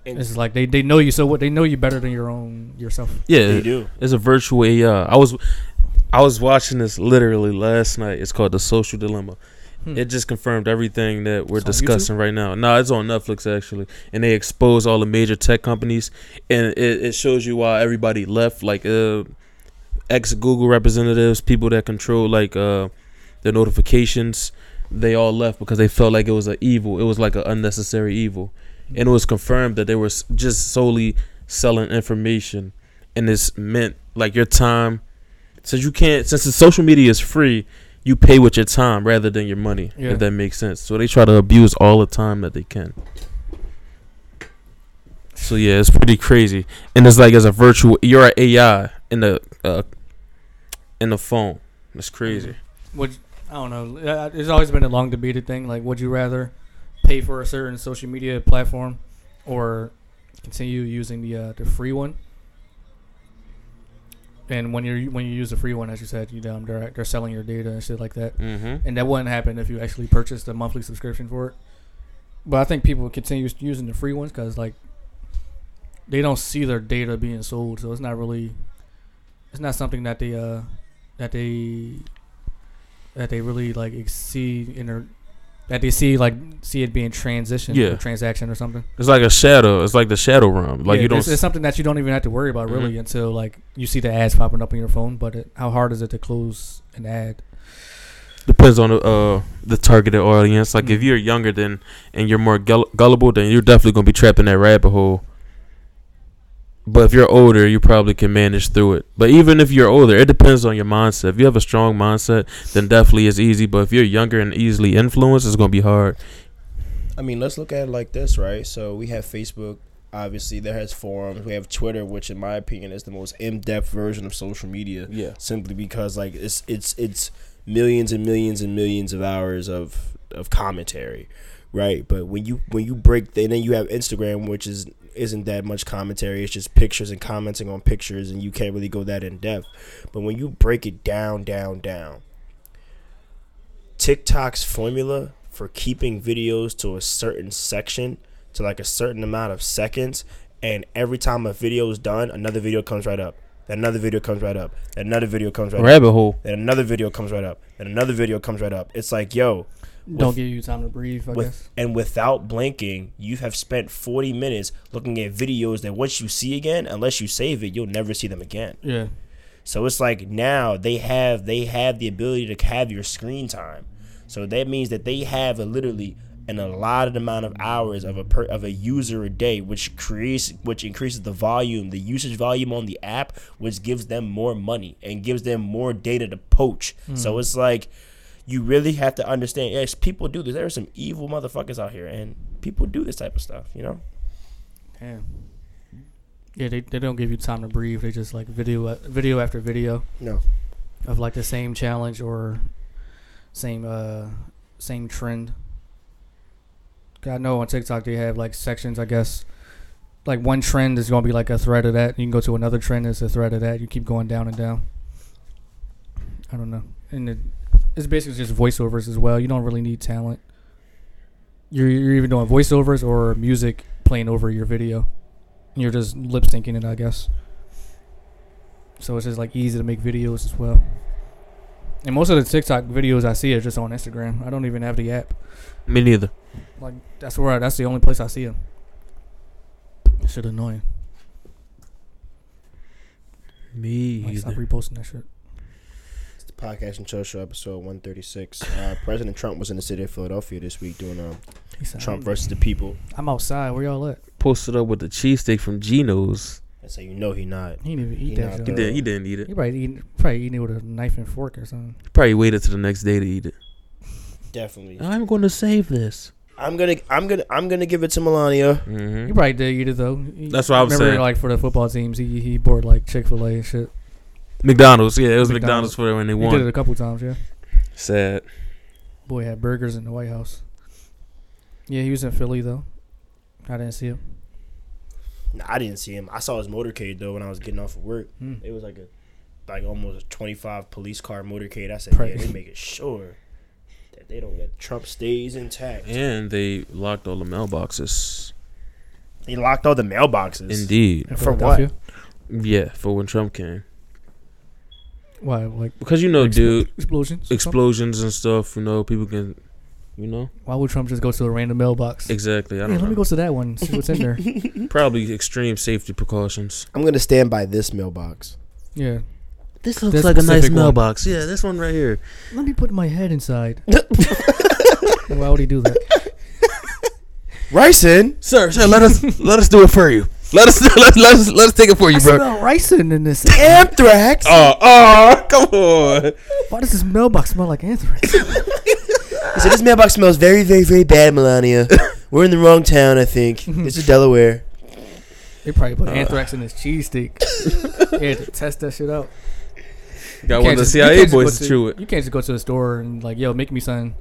[SPEAKER 6] And-
[SPEAKER 4] It's like they, they know you so what they know you better than your own yourself.
[SPEAKER 3] yeah.
[SPEAKER 6] They do.
[SPEAKER 3] It's a virtual AI. I was I was watching this literally last night. It's called The Social Dilemma.
[SPEAKER 4] Hmm.
[SPEAKER 3] It just confirmed everything that we're
[SPEAKER 4] It's on
[SPEAKER 3] discussing right now. No, it's on Netflix actually, and they expose all the major tech companies, and it, it shows you why everybody left, like uh, ex Google representatives, people that control like uh, the notifications. They all left because they felt like it was an evil. It was like an unnecessary evil, and it was confirmed that they were s- just solely selling information, and it's meant like your time. Since you can't, since the social media is free, you pay with your time rather than your money.
[SPEAKER 4] Yeah.
[SPEAKER 3] If that makes sense. So they try to abuse all the time that they can. So yeah, it's pretty crazy, and it's like as a virtual, you're an AI in the uh, in the phone. It's crazy.
[SPEAKER 4] Would I don't know. uh, It's always been a long debated thing. Like, would you rather pay for a certain social media platform or continue using the uh, the free one? And when you're when you use the free one, as you said, you um, they're they're selling your data and shit like that.
[SPEAKER 3] Mm-hmm.
[SPEAKER 4] And that wouldn't happen if you actually purchased a monthly subscription for it. But I think people continue using the free ones because like they don't see their data being sold, so it's not really it's not something that they uh that they that they really like ex- see in their that they see like see it being transitioned
[SPEAKER 3] Yeah.
[SPEAKER 4] or transaction or something.
[SPEAKER 3] It's like a shadow. It's like the shadow realm. Like
[SPEAKER 4] Yeah,
[SPEAKER 3] you don't. Mm-hmm.
[SPEAKER 4] It's, it's something that you don't even have to worry about really until like you see the ads popping up on your phone. But it, how hard is it to close an ad?
[SPEAKER 3] depends on the uh the targeted audience. Like if
[SPEAKER 4] Mhm.
[SPEAKER 3] you're younger than and you're more gull- gullible, then you're definitely gonna be trapped in that rabbit hole. But if you're older, you probably can manage through it. But even if you're older, it depends on your mindset. If you have a strong mindset, then definitely it's easy. But if you're younger and easily influenced, it's gonna be hard.
[SPEAKER 5] I mean, let's look at it like this, right? So we have Facebook. Obviously, there has forums. We have Twitter, which, in my opinion, is the most in-depth version of social media.
[SPEAKER 3] Yeah.
[SPEAKER 5] Simply because, like, it's it's it's millions and millions and millions of hours of of commentary, right? But when you when you break, the, and then you have Instagram, which is isn't that much commentary. It's just pictures and commenting on pictures, and you can't really go that in depth. But when you break it down, down, down, TikTok's formula for keeping videos to a certain section, to like a certain amount of seconds, and every time a video is done, another video comes right up. Then another video comes right up. Then another video comes right, up.
[SPEAKER 3] Rabbit hole.
[SPEAKER 5] Then another video comes right up. Then another video comes right up. It's like, yo,
[SPEAKER 4] don't
[SPEAKER 5] with-
[SPEAKER 4] give you time to breathe. I guess.
[SPEAKER 5] with, and without blinking, you have spent 40 minutes looking at videos that once you see again, unless you save it, you'll never see them again.
[SPEAKER 4] Yeah.
[SPEAKER 5] So it's like now they have they have the ability to have your screen time. So that means that they have a literally
[SPEAKER 6] an allotted amount of hours of a per, of a user a day, which creates which increases the volume, the usage volume on the app, which gives them more money and gives them more data to poach. So it's like you really have to understand. Yes, people do this. There are some evil motherfuckers out here, and people do this type of stuff. You know.
[SPEAKER 4] Damn. Yeah, they, they don't give you time to breathe. They just like video a- video after video
[SPEAKER 5] No.
[SPEAKER 4] of like the same challenge or same uh same trend. 'Cause I know on TikTok they have like sections. I guess like one trend is gonna be like a thread of that. You can go to another trend that's a thread of that. You keep going down and down. I don't know, and it, it's basically just voiceovers as well. You don't really need talent. You're you're even doing voiceovers or music playing over your video. You're just lip syncing it, I guess. So it's just like easy to make videos as well. And most of the TikTok videos I see are just on Instagram. I don't even have the app.
[SPEAKER 3] Me neither.
[SPEAKER 4] Like that's where I, that's the only place I see them. Shit annoying.
[SPEAKER 3] Me
[SPEAKER 4] Like, stop
[SPEAKER 3] either.
[SPEAKER 4] reposting that shit.
[SPEAKER 5] It's the podcast and show show episode 136. Uh, President Trump was in the city of Philadelphia this week doing um,
[SPEAKER 4] He said,
[SPEAKER 5] Trump versus the people.
[SPEAKER 4] I'm outside. Where y'all at?
[SPEAKER 3] Posted up with the cheesesteak from Geno's.
[SPEAKER 5] That's how you know he not.
[SPEAKER 4] He didn't even eat
[SPEAKER 5] He
[SPEAKER 4] that.
[SPEAKER 5] not
[SPEAKER 4] shit.
[SPEAKER 3] He
[SPEAKER 5] Uh,
[SPEAKER 3] did. He didn't eat it.
[SPEAKER 4] He probably eating, probably eating it with a knife and fork or something.
[SPEAKER 3] Probably waited till the next day to eat it.
[SPEAKER 5] Definitely.
[SPEAKER 3] I'm going to save this.
[SPEAKER 5] I'm gonna I'm gonna I'm gonna give it to Melania.
[SPEAKER 4] He
[SPEAKER 3] Mm-hmm.
[SPEAKER 4] probably did eat it though. He-
[SPEAKER 3] That's what I was
[SPEAKER 4] remember,
[SPEAKER 3] saying.
[SPEAKER 4] Like for the football teams, he he bought like Chick Fil A and shit.
[SPEAKER 3] McDonald's. Yeah, it was McDonald's,
[SPEAKER 4] McDonald's.
[SPEAKER 3] for when they
[SPEAKER 4] He did it
[SPEAKER 3] won.
[SPEAKER 4] a couple times. Yeah,
[SPEAKER 3] Sad.
[SPEAKER 4] boy had burgers in the White House. Yeah, he was in Philly though. I didn't see him.
[SPEAKER 6] Nah, I didn't see him. I saw his motorcade though when I was getting off of work.
[SPEAKER 4] Hmm.
[SPEAKER 6] It was like a like almost a twenty five police car motorcade. I said,
[SPEAKER 4] Right.
[SPEAKER 6] yeah, they making sure that they don't let Trump stays intact.
[SPEAKER 3] And they locked all the mailboxes.
[SPEAKER 6] He locked all the mailboxes.
[SPEAKER 3] Indeed.
[SPEAKER 4] in
[SPEAKER 6] For what?
[SPEAKER 4] Philadelphia.
[SPEAKER 3] Yeah, for when Trump came.
[SPEAKER 4] Why? Like
[SPEAKER 3] Because you know, dude,
[SPEAKER 4] explosions? or something?
[SPEAKER 3] explosions and stuff. You know, people can, you know,
[SPEAKER 4] Why would Trump just go to a random mailbox?
[SPEAKER 3] exactly. I
[SPEAKER 4] Hey,
[SPEAKER 3] don't
[SPEAKER 4] let me
[SPEAKER 3] know.
[SPEAKER 4] go to that one. and See what's in there.
[SPEAKER 3] Probably extreme safety precautions.
[SPEAKER 5] I'm gonna stand by this mailbox.
[SPEAKER 4] yeah.
[SPEAKER 3] This
[SPEAKER 4] looks This like a nice specific one.
[SPEAKER 3] mailbox. Yeah, this one right here.
[SPEAKER 4] Let me put my head inside. Why would he do that?
[SPEAKER 5] Rice in.
[SPEAKER 3] Sir, sir, let us let us do it for you. Let us let us let us, let us take it for
[SPEAKER 4] I
[SPEAKER 3] you, bro.
[SPEAKER 4] smell rice in this.
[SPEAKER 5] Anthrax.
[SPEAKER 3] Oh, oh, come on.
[SPEAKER 4] Why does this mailbox smell like anthrax?
[SPEAKER 5] He said this mailbox smells very, very, very bad, Melania. We're in the wrong town, I think. This is Delaware.
[SPEAKER 4] They probably put anthrax in his cheese stick. yeah, to test that shit out.
[SPEAKER 3] Got one
[SPEAKER 4] You can't
[SPEAKER 3] of the
[SPEAKER 4] just- you
[SPEAKER 3] CIA
[SPEAKER 4] can't just
[SPEAKER 3] boys
[SPEAKER 4] go
[SPEAKER 3] to chew it.
[SPEAKER 4] You can't just go to the store and like, yo, make me something,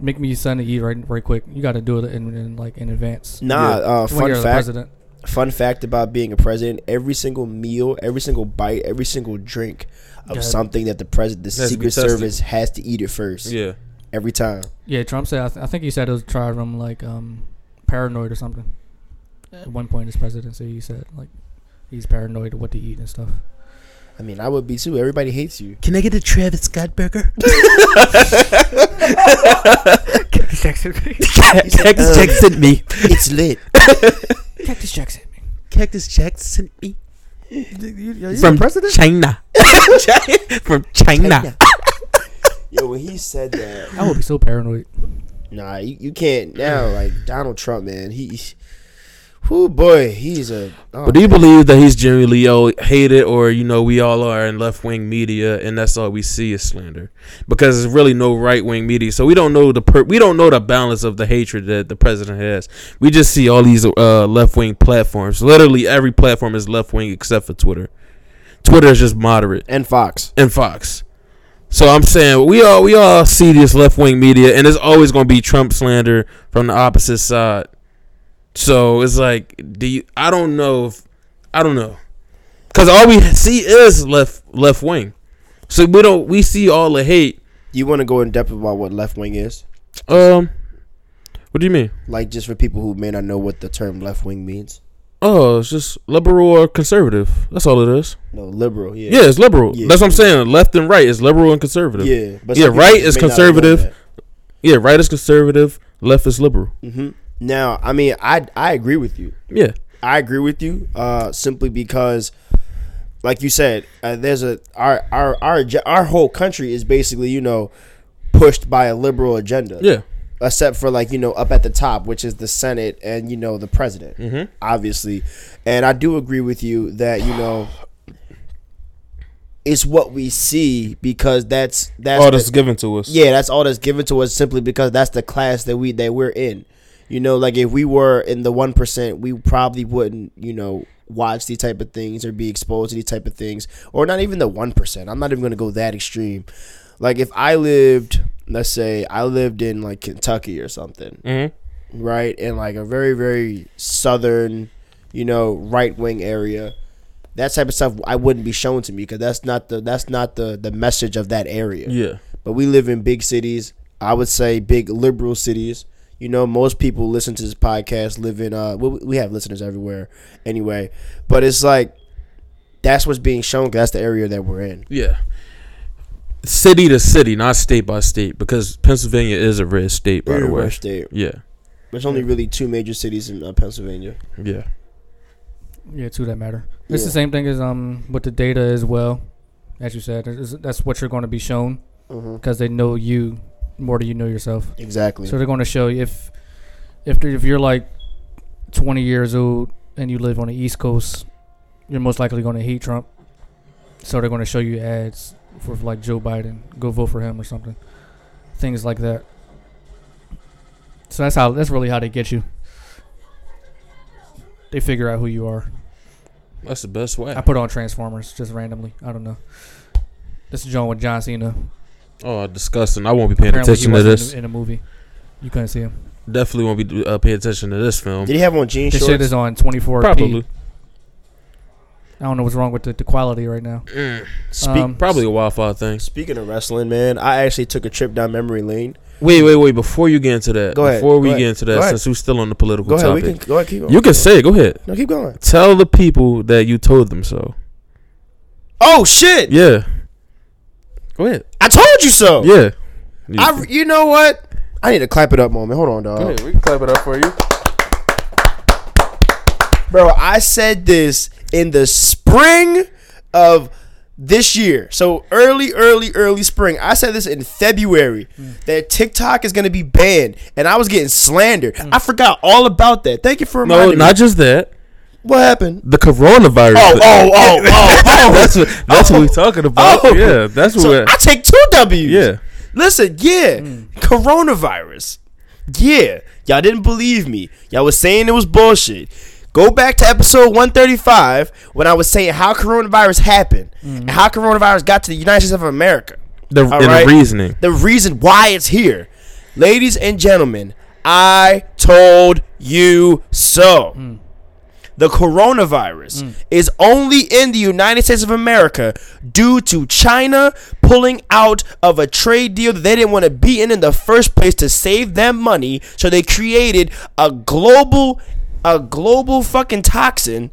[SPEAKER 4] make me something to eat right, right quick. You got to do it in, in like in advance.
[SPEAKER 5] Nah, uh,
[SPEAKER 4] when
[SPEAKER 5] fun
[SPEAKER 4] you're the
[SPEAKER 5] fact.
[SPEAKER 4] president.
[SPEAKER 5] Fun fact about being a president: every single meal, every single bite, every single drink of
[SPEAKER 4] Yeah.
[SPEAKER 5] something that the president, the
[SPEAKER 3] Has to be
[SPEAKER 5] Secret
[SPEAKER 3] tested.
[SPEAKER 5] Service has to eat it first
[SPEAKER 3] Yeah.
[SPEAKER 5] every time.
[SPEAKER 4] Yeah, Trump said. I, th- I think he said it was tried him like um, paranoid or something. At one point in his presidency, he said like he's paranoid of what to eat and stuff.
[SPEAKER 5] I mean, I would be too. Everybody hates you.
[SPEAKER 3] Can I get a Travis Scott burger?
[SPEAKER 5] Cactus Jack
[SPEAKER 3] sent me.
[SPEAKER 5] "Uh, It's lit.
[SPEAKER 4] Cactus Jack sent me.
[SPEAKER 3] Cactus Jack sent me
[SPEAKER 4] You,
[SPEAKER 3] from China. from China.
[SPEAKER 5] Yo, when he said that,
[SPEAKER 4] I would be so paranoid.
[SPEAKER 5] nah, you, you can't now. Like Donald Trump, man, he, whoo boy, he's a. oh,
[SPEAKER 3] But do you believe that he's generally all hated, or you know, we all are in left wing media, and that's all we see is slander, because there's really no right wing media, so we don't know the per- we don't know the balance of the hatred that the president has. We just see all these uh, left wing platforms. Literally every platform is left wing except for Twitter. Twitter is just moderate
[SPEAKER 5] and Fox.
[SPEAKER 3] and Fox. So I'm saying we all we all see this left wing media, and it's always going to be Trump slander from the opposite side. So it's like, do you, I don't know if I don't know, because all we see is left left wing. So we don't we see all the hate.
[SPEAKER 5] You want to go in depth about what left wing is?
[SPEAKER 3] Um, what do you mean?
[SPEAKER 5] Like just for people who may not know what the term left wing means.
[SPEAKER 3] Oh, it's just liberal or conservative. That's all it is.
[SPEAKER 5] No, liberal. Yeah.
[SPEAKER 3] Yeah, it's liberal.
[SPEAKER 5] Yeah.
[SPEAKER 3] That's what I'm saying. Left and right is liberal and conservative. Yeah,
[SPEAKER 5] Yeah. But
[SPEAKER 3] Yeah,
[SPEAKER 5] some people
[SPEAKER 3] right is
[SPEAKER 5] just may not know
[SPEAKER 3] conservative.
[SPEAKER 5] that.
[SPEAKER 3] right is conservative. Left is liberal.
[SPEAKER 5] hmm Now, I mean, I I agree with you.
[SPEAKER 3] Yeah,
[SPEAKER 5] I agree with you. Uh, simply because, like you said, uh, there's a our our our ag- our whole country is basically you know pushed by a liberal agenda.
[SPEAKER 3] yeah.
[SPEAKER 5] except for like you know up at the top, which is the Senate and you know the president,
[SPEAKER 3] Mhm.
[SPEAKER 5] obviously. And I do agree with you that you know. It's what we see because that's that's
[SPEAKER 3] All
[SPEAKER 5] the-
[SPEAKER 3] that's given to us.
[SPEAKER 5] yeah, that's all that's given to us simply because that's the class that we that we're in. You know, like if we were in the one percent, we probably wouldn't, you know, watch these type of things or be exposed to these type of things, or not even the one percent. I'm not even gonna go that extreme. Like if I lived, let's say I lived in like Kentucky or something,
[SPEAKER 3] Mhm.
[SPEAKER 5] right, in like a very very southern, you know, right wing area. That type of stuff I wouldn't be shown to me because that's not the that's not the the message of that area
[SPEAKER 3] Yeah.
[SPEAKER 5] but we live in big cities. I would say big liberal cities. You know, most people listen to this podcast live in uh we, we have listeners everywhere anyway, but it's like that's what's being shown 'cause that's the area that we're in.
[SPEAKER 3] Yeah. City to city, not state by state, because Pennsylvania is a red state, by the
[SPEAKER 5] We're in
[SPEAKER 3] way.
[SPEAKER 5] Rush State.
[SPEAKER 3] Yeah.
[SPEAKER 5] There's only really two major cities in uh, Pennsylvania.
[SPEAKER 3] Yeah.
[SPEAKER 4] Yeah, to that matter. It's
[SPEAKER 5] Yeah.
[SPEAKER 4] the same thing as um with the data as well, as you said. It's- That's what you're going to be shown
[SPEAKER 5] Mm-hmm.
[SPEAKER 4] because they know you more than you know yourself.
[SPEAKER 5] Exactly.
[SPEAKER 4] So they're going to show you if if they're- if you're like 20 years old and you live on the East Coast, you're most likely going to hate Trump. So they're going to show you ads for like Joe Biden, go vote for him or something, things like that. So that's how that's really how they get you. They figure out who you are.
[SPEAKER 3] That's the best way.
[SPEAKER 4] I put on Transformers just randomly. I don't know. This is John with John Cena.
[SPEAKER 3] Oh, disgusting. I won't be paying
[SPEAKER 4] Apparently
[SPEAKER 3] attention
[SPEAKER 4] he
[SPEAKER 3] to
[SPEAKER 4] wasn't
[SPEAKER 3] this.
[SPEAKER 4] in, the, in the movie. You couldn't see him.
[SPEAKER 3] Definitely won't be uh, paying attention to this film.
[SPEAKER 5] Did he have on jean
[SPEAKER 4] This shit
[SPEAKER 5] shorts?
[SPEAKER 4] is on 24.
[SPEAKER 3] Probably.
[SPEAKER 4] I don't know what's wrong with the, the quality right now.
[SPEAKER 5] Speak-
[SPEAKER 4] um,
[SPEAKER 3] Probably a Wi Fi thing.
[SPEAKER 5] Speaking of wrestling, man, I actually took a trip down memory lane.
[SPEAKER 3] Wait, wait, wait. Before you get into that,
[SPEAKER 5] Go ahead,
[SPEAKER 3] before we
[SPEAKER 5] go ahead,
[SPEAKER 3] get into
[SPEAKER 5] go
[SPEAKER 3] that,
[SPEAKER 5] ahead.
[SPEAKER 3] since we're still on the political
[SPEAKER 5] Go ahead, we
[SPEAKER 3] topic,
[SPEAKER 5] can go ahead, keep going.
[SPEAKER 3] you can say it. Go ahead.
[SPEAKER 5] no, keep going.
[SPEAKER 3] Tell the people that you told them so.
[SPEAKER 5] Oh shit!
[SPEAKER 3] Yeah. Go ahead.
[SPEAKER 5] I told you so.
[SPEAKER 3] Yeah.
[SPEAKER 5] I, you know what? I need to clap it up moment. Hold on, dog.
[SPEAKER 3] Go ahead. We can clap it up for you.
[SPEAKER 5] Bro, I said this in the spring of this year. So early, early, early spring. I said this in February
[SPEAKER 3] Hmm.
[SPEAKER 5] that TikTok is going to be banned, and I was getting slandered. I forgot all about that. Thank you for
[SPEAKER 3] Hmm. No,
[SPEAKER 5] reminding me.
[SPEAKER 3] not just that.
[SPEAKER 5] what happened?
[SPEAKER 3] The coronavirus.
[SPEAKER 5] Oh,
[SPEAKER 3] thing.
[SPEAKER 5] oh, oh, oh, oh.
[SPEAKER 3] that's what that's what we're talking about.
[SPEAKER 5] Oh.
[SPEAKER 3] Yeah, that's what.
[SPEAKER 5] So
[SPEAKER 3] we're,
[SPEAKER 5] I take two W's.
[SPEAKER 3] yeah,
[SPEAKER 5] Listen, yeah, coronavirus. Yeah, y'all didn't believe me. Y'all was saying it was bullshit. Go back to episode 135 when I was saying how coronavirus happened and how coronavirus got to the United States of America.
[SPEAKER 3] the
[SPEAKER 5] All
[SPEAKER 3] and
[SPEAKER 5] right.
[SPEAKER 3] the reasoning.
[SPEAKER 5] The reason why it's here. Ladies and gentlemen, I told you so. The coronavirus is only in the United States of America due to China pulling out of a trade deal that they didn't want to be in in the first place to save them money. So they created a global, a global fucking toxin,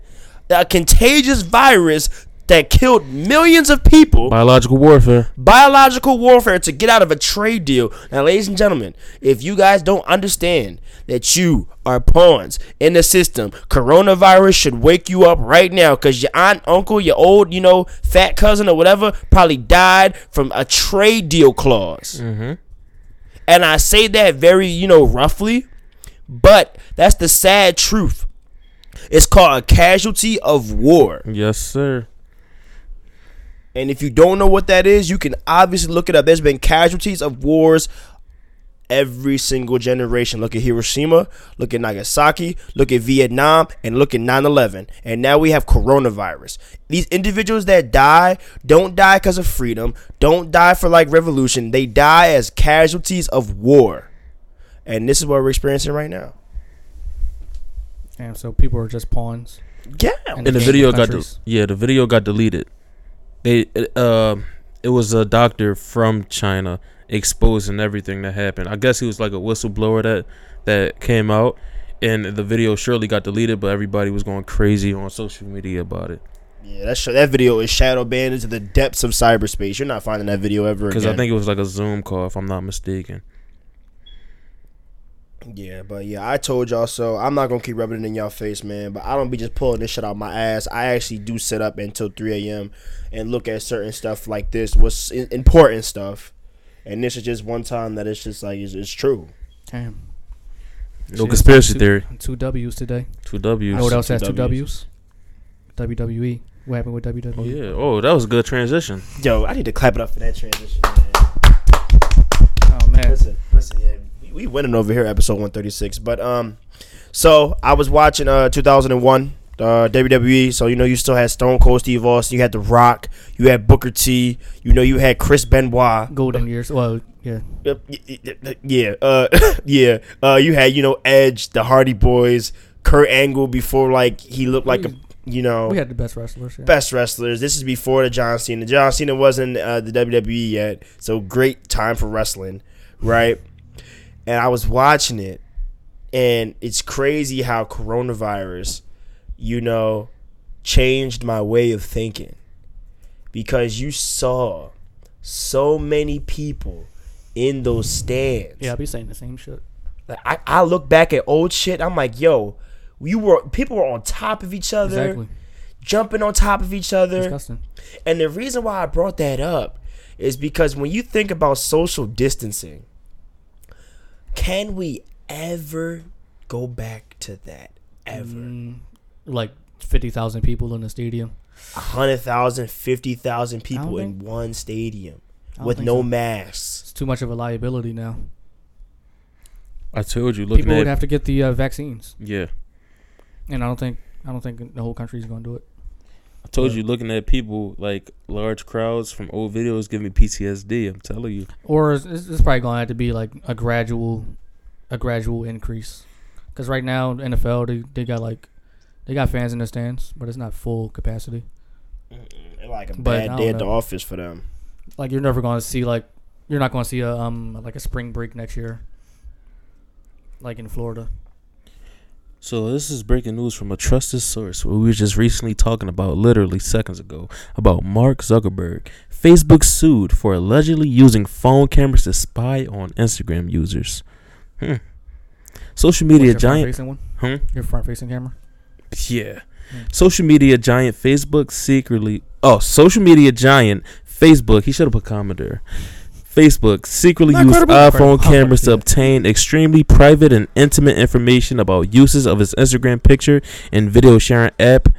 [SPEAKER 5] a contagious virus that killed millions of people
[SPEAKER 3] Biological warfare.
[SPEAKER 5] biological warfare to get out of a trade deal. Now, ladies and gentlemen, if you guys don't understand that you are pawns in the system, coronavirus should wake you up right now because your aunt, uncle, your old, you know, fat cousin or whatever probably died from a trade deal clause. And I say that very, you know, roughly, but that's the sad truth. It's called a casualty of war.
[SPEAKER 3] Yes, sir.
[SPEAKER 5] And if you don't know what that is, you can obviously look it up. There's been casualties of wars every single generation. Look at Hiroshima, look at Nagasaki, look at Vietnam, and look at 9 11. And now we have coronavirus. These individuals that die don't die because of freedom, don't die for like revolution. They die as casualties of war. And this is what we're experiencing right now.
[SPEAKER 4] Damn, so people are just pawns.
[SPEAKER 5] Yeah.
[SPEAKER 4] And
[SPEAKER 3] And the
[SPEAKER 4] Gaming
[SPEAKER 3] video got de-
[SPEAKER 4] countries.
[SPEAKER 3] yeah, the video got deleted. They it, uh, it was a doctor from China exposing everything that happened. I guess he was like a whistleblower that that came out, and the video surely got deleted. But everybody was going crazy on social media about it
[SPEAKER 5] Yeah, that, sh- that video is shadow banned into the depths of cyberspace. You're not finding that video ever again.
[SPEAKER 3] because I think it was like a Zoom call, if I'm not mistaken.
[SPEAKER 5] Yeah, but yeah, I told y'all so. I'm not gonna keep rubbing it in y'all face, man. But I don't be just pulling this shit out my ass. I actually do sit up until 3 a.m. and look at certain stuff like this, what's i- important stuff. And this is just one time that it's just like it's, it's true.
[SPEAKER 4] Damn.
[SPEAKER 3] No conspiracy
[SPEAKER 4] two,
[SPEAKER 3] theory.
[SPEAKER 4] Two W's today.
[SPEAKER 3] Two
[SPEAKER 4] You
[SPEAKER 3] W's.
[SPEAKER 4] know what else
[SPEAKER 5] two
[SPEAKER 4] has two
[SPEAKER 5] Ws.
[SPEAKER 4] W's? WWE. What happened with E? WWE?
[SPEAKER 3] Oh yeah. Oh, that was a good transition.
[SPEAKER 5] Yo, I need to clap it up for that transition, man.
[SPEAKER 4] Oh man.
[SPEAKER 5] Listen, listen, yeah, we- we winning over here, episode one thirty six. But um, so I was watching uh two thousand and one. Uh, WWE, so you know you still had Stone Cold Steve Austin, you had The Rock, you had Booker T, you know you had Chris Benoit,
[SPEAKER 4] Golden years. Well, yeah.
[SPEAKER 5] Yep, y- y- y- yeah, uh, yeah. Uh, you had you know Edge, the Hardy Boys, Kurt Angle before like he looked like a you know
[SPEAKER 4] Mm. We had the best wrestlers. Yeah.
[SPEAKER 5] best wrestlers. This is before the John Cena. John Cena wasn't uh, the WWE yet, so great time for wrestling, right? And I was watching it, and it's crazy how coronavirus, you know, changed my way of thinking because you saw so many people in those stands.
[SPEAKER 4] Yeah, I be saying the same shit.
[SPEAKER 5] Like, I, I look back at old shit. I'm like, yo, you were people were on top of each other,
[SPEAKER 4] Exactly.
[SPEAKER 5] jumping on top of each other.
[SPEAKER 4] Disgusting.
[SPEAKER 5] And the reason why I brought that up is because when you think about social distancing, can we ever go back to that? Ever?
[SPEAKER 4] Mm, like fifty thousand people in the stadium.
[SPEAKER 5] a 100,000, 50,000 people in
[SPEAKER 4] think-
[SPEAKER 5] one stadium
[SPEAKER 4] I don't
[SPEAKER 5] with
[SPEAKER 4] think
[SPEAKER 5] no
[SPEAKER 4] so.
[SPEAKER 5] masks.
[SPEAKER 4] It's too much of a liability now.
[SPEAKER 3] I told you. Looking
[SPEAKER 4] people
[SPEAKER 3] at
[SPEAKER 4] would have to get the uh, vaccines,
[SPEAKER 3] yeah,
[SPEAKER 4] and I don't think I don't think the whole country is going to do it.
[SPEAKER 3] I told you. Looking at people like large crowds from old videos give me PTSD. I'm telling you.
[SPEAKER 4] Or it's, it's probably going to have to be like a gradual, a gradual increase. Because right now NFL they, they got like they got fans in the stands, but it's not full capacity.
[SPEAKER 5] Like a
[SPEAKER 4] But I
[SPEAKER 5] bad
[SPEAKER 4] don't
[SPEAKER 5] day at the
[SPEAKER 4] know.
[SPEAKER 5] office for them.
[SPEAKER 4] Like you're never going to see like you're not going to see a um like a spring break next year. Like in Florida,
[SPEAKER 3] So this is breaking news from a trusted source. What we were just recently talking about, literally seconds ago, about Mark Zuckerberg. Facebook sued for allegedly using phone cameras to spy on Instagram users. Hmm. Social media
[SPEAKER 4] What's your
[SPEAKER 3] giant.
[SPEAKER 4] front-facing one,
[SPEAKER 3] Hmm?
[SPEAKER 4] your front-facing camera.
[SPEAKER 3] Yeah.
[SPEAKER 4] Hmm.
[SPEAKER 3] Social media giant Facebook secretly. Oh, social media giant Facebook. He should have put commenter. Facebook secretly used iPhone
[SPEAKER 4] Credible. Oh,
[SPEAKER 3] cameras to
[SPEAKER 4] Yeah.
[SPEAKER 3] obtain extremely private and intimate information about uses of its Instagram picture and video sharing app.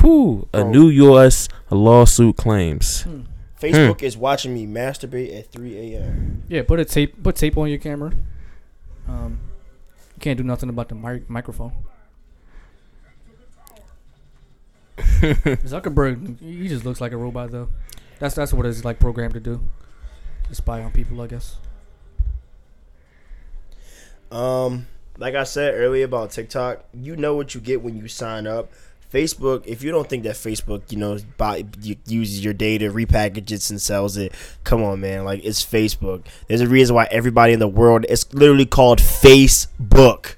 [SPEAKER 3] Whew, a
[SPEAKER 4] Oh.
[SPEAKER 5] Bro.
[SPEAKER 3] new U.S. lawsuit claims.
[SPEAKER 4] Hmm.
[SPEAKER 5] Facebook
[SPEAKER 3] Hmm.
[SPEAKER 5] is watching me masturbate at 3 a.m.
[SPEAKER 4] Yeah, put a tape put tape on your camera. Um, you can't do nothing about the mic- microphone. Zuckerberg, he just looks like a robot though. That's that's what it's like programmed to do. To spy on people, I guess.
[SPEAKER 5] Um, like I said earlier about TikTok, you know what you get when you sign up. Facebook, if you don't think that Facebook, you know, buy, y- uses your data, repackages it, and sells it, come on, man. Like, it's Facebook. There's a reason why everybody in the world, it's literally called Facebook.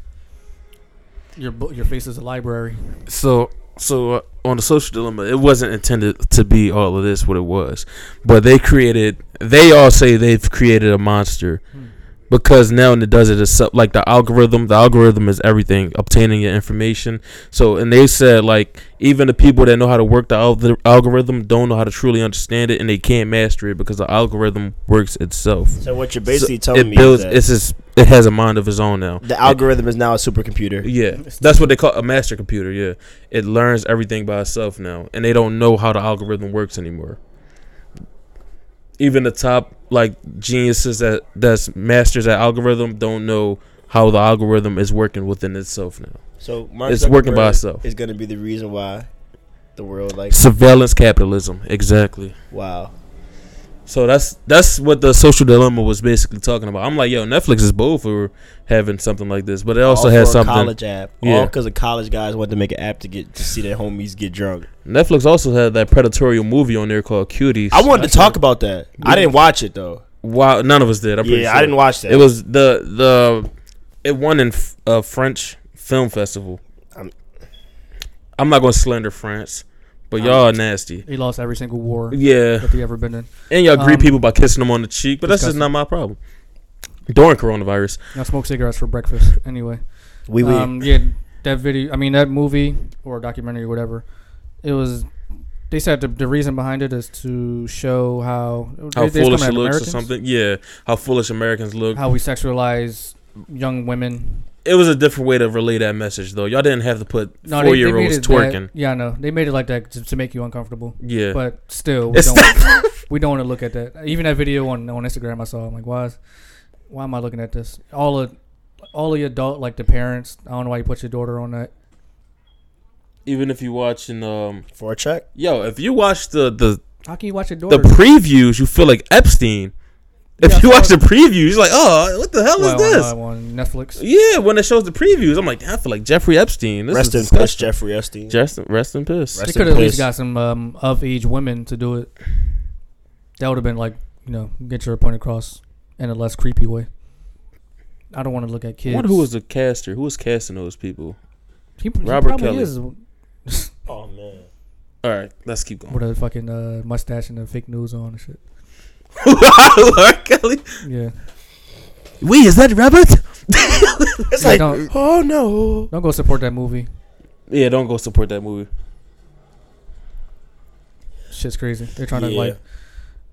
[SPEAKER 4] Your bo- your face is a library.
[SPEAKER 3] So, so uh, on the social dilemma, it wasn't intended to be all of this what it was, but they created. They all say they've created a monster
[SPEAKER 4] Hmm.
[SPEAKER 3] because now and it does it itself. Like the algorithm, the algorithm is everything. Obtaining your information. So, and they said like even the people that know how to work the al- algorithm don't know how to truly understand it, and they can't master it because the algorithm works itself.
[SPEAKER 5] So, what you're
[SPEAKER 3] So
[SPEAKER 5] basically
[SPEAKER 3] it
[SPEAKER 5] telling me
[SPEAKER 3] builds.
[SPEAKER 5] is that
[SPEAKER 3] It's just, it has a mind of its own now.
[SPEAKER 5] the
[SPEAKER 3] It-
[SPEAKER 5] algorithm is now a supercomputer.
[SPEAKER 3] yeah, that's what they call a master computer. Yeah, it learns everything by itself now, and they don't know how the algorithm works anymore. Even the top like geniuses that that's masters at algorithm don't know how the algorithm is working within itself now.
[SPEAKER 5] So, Mark
[SPEAKER 3] It's working by
[SPEAKER 5] Zuckerberg
[SPEAKER 3] itself.
[SPEAKER 5] Is going to be the reason why the world, like,
[SPEAKER 3] Surveillance capitalism, exactly.
[SPEAKER 5] wow.
[SPEAKER 3] So that's that's what the social dilemma was basically talking about. I'm like, yo, Netflix is bold for having something like this, but it also
[SPEAKER 5] All
[SPEAKER 3] has
[SPEAKER 5] for a
[SPEAKER 3] something.
[SPEAKER 5] college app. All
[SPEAKER 3] Yeah.
[SPEAKER 5] because of college guys wanted to make an app to get to see their homies get drunk.
[SPEAKER 3] Netflix also had that predatory movie on there called Cuties.
[SPEAKER 5] I wanted to
[SPEAKER 3] That's
[SPEAKER 5] talk
[SPEAKER 3] a-
[SPEAKER 5] about that. I didn't watch it though.
[SPEAKER 3] Wow, none of us did. I'm pretty
[SPEAKER 5] yeah,
[SPEAKER 3] sure.
[SPEAKER 5] I didn't watch that.
[SPEAKER 3] It was the the it won in f- a French film festival.
[SPEAKER 5] I'm-
[SPEAKER 3] I'm, not gonna slander France, but y'all are nasty.
[SPEAKER 4] He lost every single war
[SPEAKER 3] Yeah,
[SPEAKER 4] that they ever been in.
[SPEAKER 3] and y'all greet
[SPEAKER 4] Um,
[SPEAKER 3] people by kissing them on the cheek, but that's just
[SPEAKER 4] disgusting.
[SPEAKER 3] not my problem. During coronavirus,
[SPEAKER 4] Now smoke cigarettes for breakfast. Anyway.
[SPEAKER 5] we we
[SPEAKER 4] um, yeah, that video. I mean, that movie or documentary, or whatever. It was. They said the, the reason behind it is to show how
[SPEAKER 3] how
[SPEAKER 4] they- they're
[SPEAKER 3] foolish
[SPEAKER 4] coming
[SPEAKER 3] it
[SPEAKER 4] at
[SPEAKER 3] looks or
[SPEAKER 4] Americans,
[SPEAKER 3] something. Yeah, how foolish Americans look.
[SPEAKER 4] How we sexualize young women.
[SPEAKER 3] It was a different way to relay that message, though. Y'all didn't have to put
[SPEAKER 4] No,
[SPEAKER 3] four
[SPEAKER 4] they- they
[SPEAKER 3] year
[SPEAKER 4] made
[SPEAKER 3] olds
[SPEAKER 4] it that-
[SPEAKER 3] twerking.
[SPEAKER 4] yeah, I know. They made it like that to, to make you uncomfortable.
[SPEAKER 3] Yeah,
[SPEAKER 4] But still, we
[SPEAKER 3] It's
[SPEAKER 4] don't, we don't want to look at that. Even that video on, on Instagram I saw, I'm like, why is, why am I looking at this? All of all of the adult, like the parents, I don't know why you put your daughter on that.
[SPEAKER 3] even if you watching, um,
[SPEAKER 7] for a check.
[SPEAKER 3] yo, if you watch the the
[SPEAKER 4] How can you watch your
[SPEAKER 3] the
[SPEAKER 4] daughter?
[SPEAKER 3] previews, you feel like Epstein. If
[SPEAKER 4] Yeah, I
[SPEAKER 3] you
[SPEAKER 4] saw
[SPEAKER 3] watch the
[SPEAKER 4] it.
[SPEAKER 3] previews, you're like, oh, what the hell is
[SPEAKER 4] Well,
[SPEAKER 3] this?
[SPEAKER 4] on, uh, on Netflix.
[SPEAKER 3] Yeah, when it shows the previews, I'm like, I feel like Jeffrey Epstein. This
[SPEAKER 5] Rest in
[SPEAKER 3] is
[SPEAKER 5] peace,
[SPEAKER 3] disgusting.
[SPEAKER 5] Jeffrey Epstein.
[SPEAKER 3] Just rest in peace.
[SPEAKER 5] Rest-
[SPEAKER 4] They
[SPEAKER 5] in
[SPEAKER 4] could have at least
[SPEAKER 5] peace.
[SPEAKER 4] got some um, of age women to do it. That would have been like, you know, get your point across in a less creepy way. I don't want to look at
[SPEAKER 3] I
[SPEAKER 4] kids.
[SPEAKER 3] wonder who was the caster. Who was casting those people?
[SPEAKER 4] He- he
[SPEAKER 3] Robert
[SPEAKER 4] probably
[SPEAKER 3] Kelly.
[SPEAKER 4] is
[SPEAKER 5] oh man.
[SPEAKER 3] All right, let's keep going.
[SPEAKER 4] with a fucking uh, mustache and a fake news on and shit.
[SPEAKER 3] R. Kelly.
[SPEAKER 4] Yeah.
[SPEAKER 3] We is that Robert?
[SPEAKER 7] It's
[SPEAKER 4] Yeah,
[SPEAKER 7] like,
[SPEAKER 4] don't-
[SPEAKER 7] oh no.
[SPEAKER 4] Don't go support that movie.
[SPEAKER 3] Yeah, don't go support that movie.
[SPEAKER 4] Shit's crazy. They're trying to
[SPEAKER 5] Yeah.
[SPEAKER 4] like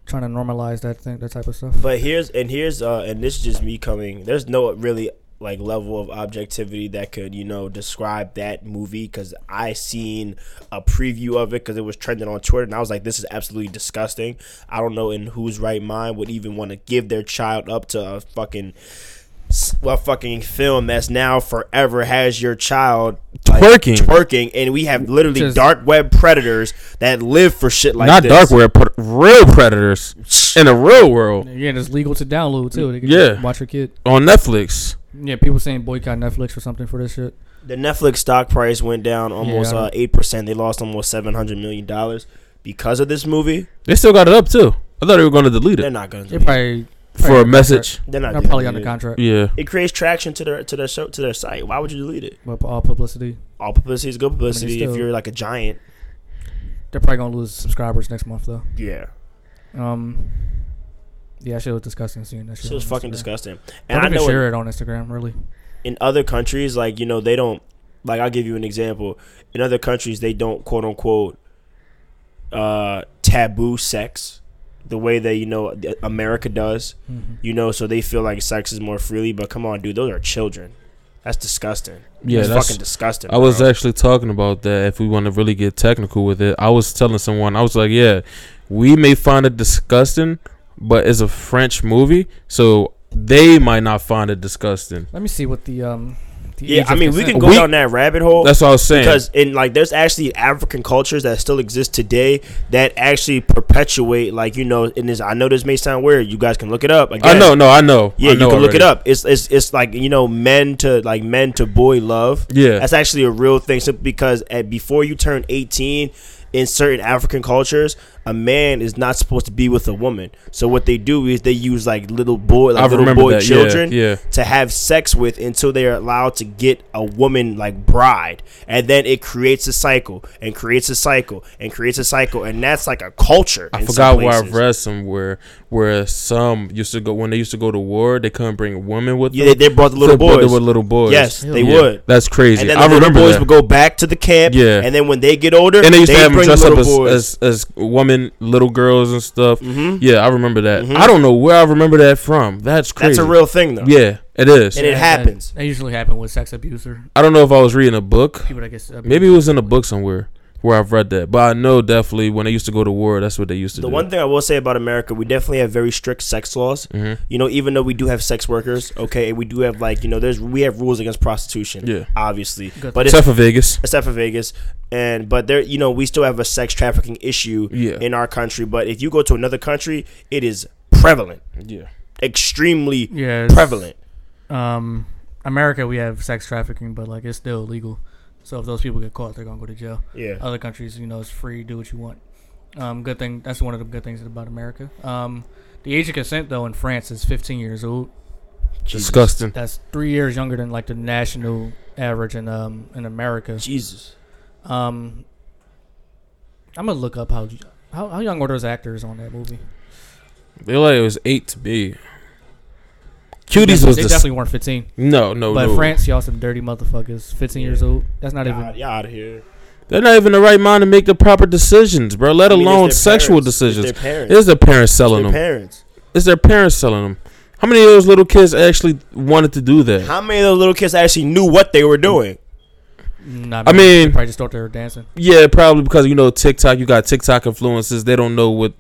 [SPEAKER 4] trying to normalize that thing, that type of stuff.
[SPEAKER 5] But here's and here's uh and this is just me coming. There's no really like level of objectivity that could you know describe that movie because I seen a preview of it because it was trending on Twitter and I was like, this is absolutely disgusting. I don't know in whose right mind would even want to give their child up to a fucking. s- A fucking film that's now forever has your child like,
[SPEAKER 3] Twerking.
[SPEAKER 5] twerking, and we have literally
[SPEAKER 4] Just-
[SPEAKER 5] dark web predators that live for shit like
[SPEAKER 3] Not
[SPEAKER 5] this.
[SPEAKER 3] dark web, but real predators in the real world
[SPEAKER 4] Yeah, and it's legal to download too. They can
[SPEAKER 3] Yeah.
[SPEAKER 4] just watch your kid.
[SPEAKER 3] on Netflix.
[SPEAKER 4] Yeah, people saying boycott Netflix or something for this shit.
[SPEAKER 5] The Netflix stock price went down almost
[SPEAKER 4] Yeah.
[SPEAKER 5] uh eight percent. They lost almost seven hundred million dollars because of this movie.
[SPEAKER 3] They still got it up too. I thought they were going to delete
[SPEAKER 5] They're
[SPEAKER 3] it
[SPEAKER 5] not gonna.
[SPEAKER 4] They
[SPEAKER 5] Do it.
[SPEAKER 4] probably
[SPEAKER 3] for a message.
[SPEAKER 5] They're not.
[SPEAKER 4] they're
[SPEAKER 5] doing
[SPEAKER 4] probably
[SPEAKER 5] it.
[SPEAKER 4] under contract.
[SPEAKER 3] Yeah,
[SPEAKER 5] It creates traction to their to their show to their site. Why would you delete it?
[SPEAKER 4] But all publicity,
[SPEAKER 5] All publicity is good publicity.
[SPEAKER 4] still-
[SPEAKER 5] if you're like a giant,
[SPEAKER 4] they're probably gonna lose subscribers next month though.
[SPEAKER 5] yeah,
[SPEAKER 4] Um, yeah, that shit was disgusting seeing that shit.
[SPEAKER 5] shit was
[SPEAKER 4] on
[SPEAKER 5] fucking
[SPEAKER 4] Instagram.
[SPEAKER 5] disgusting.
[SPEAKER 4] Don't
[SPEAKER 5] And I
[SPEAKER 4] even
[SPEAKER 5] know in-
[SPEAKER 4] share it on Instagram, really.
[SPEAKER 5] in other countries, like you know, they don't. Like I'll give you an example. In other countries, they don't quote unquote uh taboo sex the way that you know that America does.
[SPEAKER 3] Mm-hmm.
[SPEAKER 5] you know, so they feel like sex is more freely. But come on, dude, those are children. That's disgusting.
[SPEAKER 3] yeah.
[SPEAKER 5] that's,
[SPEAKER 3] That's
[SPEAKER 5] fucking disgusting.
[SPEAKER 3] I was
[SPEAKER 5] bro.
[SPEAKER 3] actually talking about that. If we want to really get technical with it, I was telling someone, I was like, yeah, we may find it disgusting, but it's a French movie, so they might not find it disgusting.
[SPEAKER 4] Let me see what the um. The
[SPEAKER 5] yeah.
[SPEAKER 4] age
[SPEAKER 5] I
[SPEAKER 4] of
[SPEAKER 5] mean, we
[SPEAKER 4] consent-
[SPEAKER 5] can go
[SPEAKER 3] We-
[SPEAKER 5] down that rabbit hole
[SPEAKER 3] That's what I was saying.
[SPEAKER 5] Oh, because in like there's actually African cultures that still exist today that actually perpetuate like you know. And this, I know this may sound weird. You guys can look it up. Again.
[SPEAKER 3] I know, no, I know.
[SPEAKER 5] Yeah,
[SPEAKER 3] I
[SPEAKER 5] you
[SPEAKER 3] know
[SPEAKER 5] can look it
[SPEAKER 3] already.
[SPEAKER 5] up. It's it's it's like you know, men to like men to boy love.
[SPEAKER 3] Yeah,
[SPEAKER 5] That's actually a real thing simply because at, before you turn 18, in certain African cultures, a man is not supposed to be with a woman. So what they do is they use like little boy, like
[SPEAKER 3] I
[SPEAKER 5] little
[SPEAKER 3] remember
[SPEAKER 5] boy
[SPEAKER 3] that.
[SPEAKER 5] children
[SPEAKER 3] Yeah, yeah.
[SPEAKER 5] to have sex with until they are allowed to get a woman like bride, and then it creates a cycle and creates a cycle and creates a cycle, and that's like a culture.
[SPEAKER 3] I
[SPEAKER 5] in some
[SPEAKER 3] forgot where I
[SPEAKER 5] places.
[SPEAKER 3] read somewhere where some used to go when they used to go to war, they couldn't bring women with
[SPEAKER 5] Yeah,
[SPEAKER 3] them.
[SPEAKER 5] they, they brought the little
[SPEAKER 3] They- but
[SPEAKER 5] boys.
[SPEAKER 3] They were little boys.
[SPEAKER 5] Yes, they
[SPEAKER 3] Yeah,
[SPEAKER 5] would.
[SPEAKER 3] That's crazy.
[SPEAKER 5] And then
[SPEAKER 3] I
[SPEAKER 5] the little
[SPEAKER 3] remember
[SPEAKER 5] boys
[SPEAKER 3] that.
[SPEAKER 5] would go back to the camp.
[SPEAKER 3] Yeah.
[SPEAKER 5] And then when they get older,
[SPEAKER 3] and they used to have them
[SPEAKER 5] bring
[SPEAKER 3] dress
[SPEAKER 5] the
[SPEAKER 3] up as,
[SPEAKER 5] little boys.
[SPEAKER 3] as as women, little girls and stuff.
[SPEAKER 5] Mhm.
[SPEAKER 3] Yeah, I remember that.
[SPEAKER 5] Mhm.
[SPEAKER 3] I don't know where I remember that from. That's crazy.
[SPEAKER 5] That's a real thing, though.
[SPEAKER 3] Yeah, it is.
[SPEAKER 5] And it
[SPEAKER 4] that-
[SPEAKER 5] happens.
[SPEAKER 4] That, usually happen with sex abuser
[SPEAKER 3] I don't know if I was reading a book.
[SPEAKER 4] people. that get abused.
[SPEAKER 3] Maybe it was in a book somewhere where I've read that. But I know definitely when they used to go to war, that's what they used to
[SPEAKER 5] The
[SPEAKER 3] do.
[SPEAKER 5] one thing I will say about America, we definitely have very strict sex laws.
[SPEAKER 3] Mhm.
[SPEAKER 5] You know, even though we do have sex workers, okay, and we do have like you know, there's we have rules against prostitution.
[SPEAKER 3] Yeah.
[SPEAKER 5] obviously,
[SPEAKER 4] Good.
[SPEAKER 5] but it's,
[SPEAKER 3] Except for Vegas.
[SPEAKER 5] except for Vegas, and but there, you know, we still have a sex trafficking issue
[SPEAKER 3] Yeah.
[SPEAKER 5] in our country. But if you go to another country, it is prevalent,
[SPEAKER 3] Yeah.
[SPEAKER 5] extremely
[SPEAKER 4] yeah, it's-
[SPEAKER 5] prevalent.
[SPEAKER 4] um, America, we have sex trafficking, but like it's still illegal. So if those people get caught, they're gonna go to jail.
[SPEAKER 5] Yeah,
[SPEAKER 4] Other countries, you know, it's free, do what you want. Um, good thing that's one of the good things about America. Um, the age of consent though in France is 15 years old.
[SPEAKER 3] Disgusting.
[SPEAKER 4] That's three years younger than like the national average in um in America.
[SPEAKER 5] Jesus.
[SPEAKER 4] Um, I'm gonna look up how how, how young were those actors on that movie.
[SPEAKER 3] They like it was eight to be. Cuties was
[SPEAKER 4] they
[SPEAKER 3] the
[SPEAKER 4] definitely weren't 15.
[SPEAKER 3] no no
[SPEAKER 4] But
[SPEAKER 3] no.
[SPEAKER 4] France, y'all some dirty motherfuckers. 15 years old. That's not even.
[SPEAKER 5] God, y'all out of here.
[SPEAKER 3] They're not even the right mind to make the proper decisions, bro. Let
[SPEAKER 5] I mean, it's
[SPEAKER 3] alone
[SPEAKER 5] their
[SPEAKER 3] sexual
[SPEAKER 5] parents. It's
[SPEAKER 3] decisions.
[SPEAKER 5] their parents.
[SPEAKER 3] It's their parents
[SPEAKER 5] It's
[SPEAKER 3] selling
[SPEAKER 5] their
[SPEAKER 3] them.
[SPEAKER 5] parents.
[SPEAKER 3] It's their parents selling them. How many of those little kids actually wanted to do that?
[SPEAKER 5] How many of those little kids actually knew what they were doing?
[SPEAKER 4] Nah,
[SPEAKER 3] I
[SPEAKER 4] man, they
[SPEAKER 3] mean-
[SPEAKER 4] probably just start there dancing.
[SPEAKER 3] Yeah, probably because you know TikTok. You got TikTok influences. They don't know what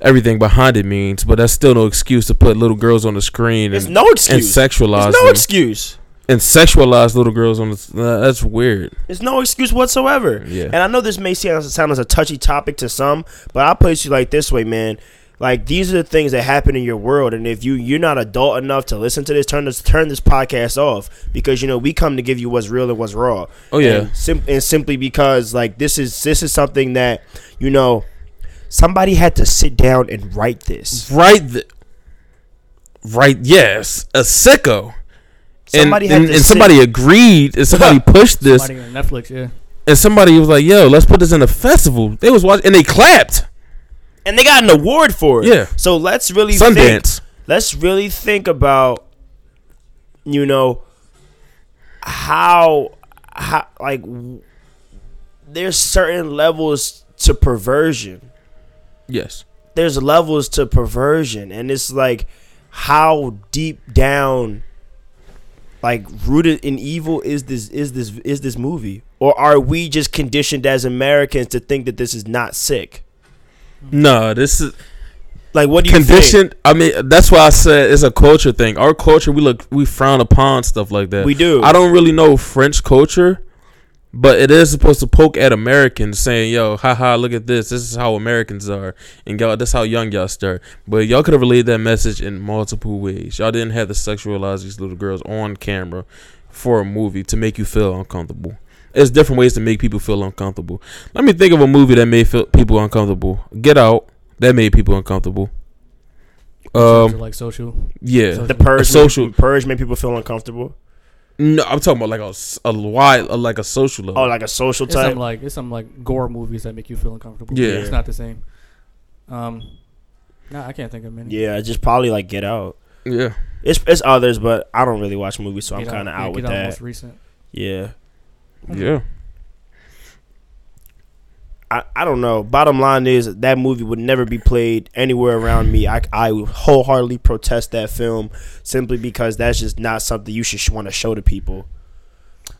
[SPEAKER 3] everything behind it means, but that's still no excuse to put little girls on the screen
[SPEAKER 5] There's
[SPEAKER 3] and,
[SPEAKER 5] no
[SPEAKER 3] and
[SPEAKER 5] excuse.
[SPEAKER 3] sexualize
[SPEAKER 5] There's no
[SPEAKER 3] them.
[SPEAKER 5] excuse.
[SPEAKER 3] and sexualize little girls on the. s- nah, that's weird.
[SPEAKER 5] There's no excuse whatsoever.
[SPEAKER 3] Yeah.
[SPEAKER 5] And I know this may sound, sound as a touchy topic to some, but I'll put it to you like this way, man. Like these are the things that happen in your world, and if you you're not adult enough to listen to this, turn this turn this podcast off because you know we come to give you what's real and what's raw.
[SPEAKER 3] Oh yeah.
[SPEAKER 5] and, sim- and simply because like this is this is something that you know somebody had to sit down and write this.
[SPEAKER 3] Right. Th- right. Yes. A sicko. And
[SPEAKER 5] Somebody had
[SPEAKER 3] and,
[SPEAKER 5] to
[SPEAKER 3] and
[SPEAKER 5] sit-
[SPEAKER 3] somebody agreed and somebody pushed this
[SPEAKER 4] Somebody on Netflix, yeah.
[SPEAKER 3] and somebody was like, "Yo, let's put this in a festival." They was watching and they clapped.
[SPEAKER 5] and they got an award for it.
[SPEAKER 3] Yeah.
[SPEAKER 5] So let's really think,
[SPEAKER 3] Sundance.
[SPEAKER 5] let's really think about you know how how like w- there's certain levels to perversion
[SPEAKER 3] Yes.
[SPEAKER 5] there's levels to perversion and it's like how deep down like rooted in evil is this is this is this movie or are we just conditioned as Americans to think that this is not sick
[SPEAKER 3] No, this is
[SPEAKER 5] like what do you think?
[SPEAKER 3] conditioned. I mean, that's why I said it's a culture thing. Our culture, we look, we frown upon stuff like that.
[SPEAKER 5] we do
[SPEAKER 3] I don't really know French culture, but it is supposed to poke at Americans, saying, "Yo, haha, look at this. This is how Americans are, and y'all, that's how young y'all start." But y'all could have relayed that message in multiple ways. Y'all didn't have to sexualize these little girls on camera for a movie to make you feel uncomfortable. There's different ways to make people feel uncomfortable. Let me think of a movie that made feel people uncomfortable. Get Out. That made people uncomfortable.
[SPEAKER 4] Um,
[SPEAKER 3] Um.
[SPEAKER 4] like social.
[SPEAKER 3] Yeah.
[SPEAKER 5] the purge
[SPEAKER 3] social-
[SPEAKER 5] social purge made people feel uncomfortable
[SPEAKER 3] No, I'm talking about like a, s- a wide, like a social level.
[SPEAKER 5] oh like a social
[SPEAKER 4] It's something
[SPEAKER 5] type
[SPEAKER 4] like it's some like gore movies that make you feel uncomfortable.
[SPEAKER 3] Yeah.
[SPEAKER 4] it's not the same. Um, nah, I can't think of many.
[SPEAKER 5] yeah just probably like get out
[SPEAKER 3] yeah.
[SPEAKER 5] it's it's others but I don't really watch movies so I'm
[SPEAKER 4] Get
[SPEAKER 5] kind of
[SPEAKER 4] yeah,
[SPEAKER 5] out with
[SPEAKER 4] Get Out
[SPEAKER 5] that
[SPEAKER 4] Most recent.
[SPEAKER 5] yeah
[SPEAKER 3] Yeah.
[SPEAKER 5] I, I don't know. Bottom line is that movie would never be played anywhere around me. I, I would wholeheartedly protest that film simply because that's just not something you should sh- want to show to people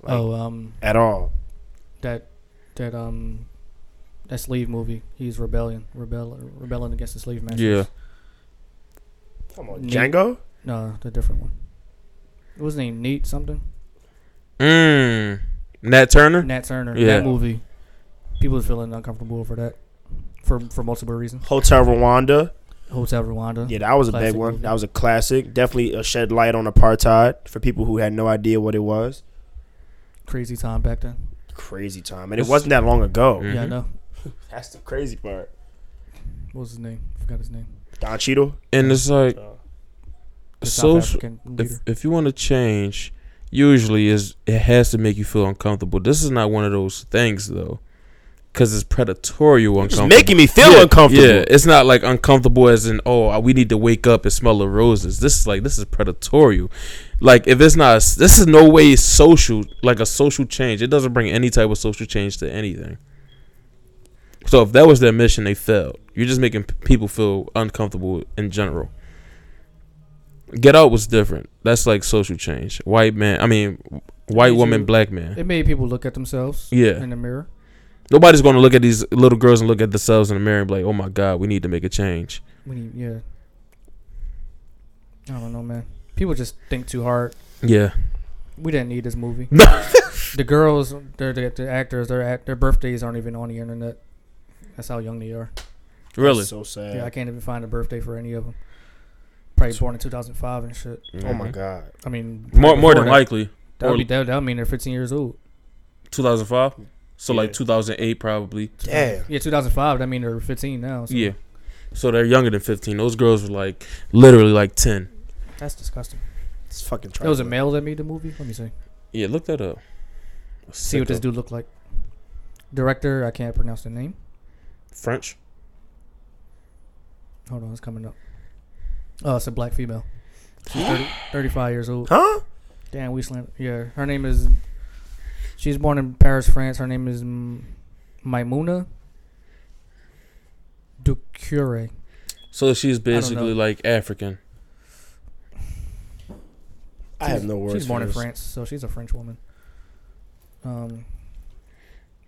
[SPEAKER 5] Like-
[SPEAKER 4] oh, um,
[SPEAKER 5] at all.
[SPEAKER 4] that that um, that slave movie. He's rebellion, rebel, rebelling against the slave masters.
[SPEAKER 3] Yeah.
[SPEAKER 5] Come
[SPEAKER 4] on,
[SPEAKER 5] Django.
[SPEAKER 4] No, the different one. What was his name? Nate something?
[SPEAKER 3] Mm. Nat Turner.
[SPEAKER 4] Nat Turner.
[SPEAKER 3] Yeah.
[SPEAKER 4] That movie. People are feeling uncomfortable over that for for multiple reasons.
[SPEAKER 5] Hotel Rwanda.
[SPEAKER 4] Hotel Rwanda.
[SPEAKER 5] Yeah, that was a
[SPEAKER 4] Classic
[SPEAKER 5] big one.
[SPEAKER 4] movie.
[SPEAKER 5] That was a classic. Definitely a shed light on apartheid for people who had no idea what it was.
[SPEAKER 4] Crazy time back then.
[SPEAKER 5] Crazy time, and it wasn't that long ago.
[SPEAKER 3] Mm.
[SPEAKER 4] Yeah, I
[SPEAKER 3] Mhm.
[SPEAKER 4] know.
[SPEAKER 5] That's the crazy part.
[SPEAKER 4] What was his name? Forgot his name.
[SPEAKER 5] Don Cheadle.
[SPEAKER 3] And it's like
[SPEAKER 4] The South
[SPEAKER 3] social.
[SPEAKER 4] African leader.
[SPEAKER 3] If if you want to change, usually is it has to make you feel uncomfortable. This is not one of those things though, because it's predatorial
[SPEAKER 5] It's
[SPEAKER 3] uncomfortable.
[SPEAKER 5] making me feel
[SPEAKER 3] yeah,
[SPEAKER 5] uncomfortable.
[SPEAKER 3] Yeah, it's not like uncomfortable as in oh we need to wake up and smell the roses. This is like this is predatorial. Like if it's not this is no way social like a social change. It doesn't bring any type of social change to anything. So if that was their mission, they failed. You're just making p- people feel uncomfortable in general. Get Out was different. That's like social change. White man, I mean, white
[SPEAKER 4] made
[SPEAKER 3] woman,
[SPEAKER 4] you-
[SPEAKER 3] black man.
[SPEAKER 4] It made people look at themselves
[SPEAKER 3] Yeah.
[SPEAKER 4] in the mirror.
[SPEAKER 3] Nobody's gonna look at these little girls and look at themselves in the mirror and be like, "Oh my God, we need to make a change."
[SPEAKER 4] When you, yeah. I don't know, man. People just think too hard.
[SPEAKER 3] Yeah.
[SPEAKER 4] We didn't need this movie. the girls, they're, the the actors, their act, their birthdays aren't even on the internet. That's how young they are.
[SPEAKER 3] Really?
[SPEAKER 5] So sad.
[SPEAKER 4] Yeah, I can't even find a birthday for any of them. Probably born in 2005 and shit.
[SPEAKER 5] Oh
[SPEAKER 2] Mm-hmm.
[SPEAKER 5] my god.
[SPEAKER 4] I mean,
[SPEAKER 3] More,
[SPEAKER 4] probably
[SPEAKER 3] more
[SPEAKER 4] before
[SPEAKER 3] than
[SPEAKER 4] that.
[SPEAKER 3] likely,
[SPEAKER 4] That would,
[SPEAKER 3] or-
[SPEAKER 4] be, that, that would mean they're 15 years old.
[SPEAKER 3] 2005. So
[SPEAKER 5] Yeah.
[SPEAKER 3] like 2008 probably.
[SPEAKER 5] Damn.
[SPEAKER 4] Yeah, 2005. That mean they're 15 now. So
[SPEAKER 3] Yeah. So they're younger than 15. Those girls were like literally like 10.
[SPEAKER 4] That's disgusting.
[SPEAKER 5] It's fucking.
[SPEAKER 4] That was a
[SPEAKER 5] trifling.
[SPEAKER 4] male that made the movie. Let me see.
[SPEAKER 3] Yeah, look that up.
[SPEAKER 4] See what this
[SPEAKER 3] Sicko.
[SPEAKER 4] dude looked like. Director, I can't pronounce the name.
[SPEAKER 3] French.
[SPEAKER 4] Hold on, it's coming up. Oh, it's a black female. She's 30, 35 years old.
[SPEAKER 5] Huh?
[SPEAKER 4] Damn, we slammed. Yeah, her name is. She's born in Paris, France. Her name is M- Maimouna Ducure.
[SPEAKER 3] So she's
[SPEAKER 4] know.
[SPEAKER 3] basically like African.
[SPEAKER 8] I have no words.
[SPEAKER 4] She's born
[SPEAKER 8] for
[SPEAKER 4] in
[SPEAKER 8] this.
[SPEAKER 4] France, so she's a French woman. Um,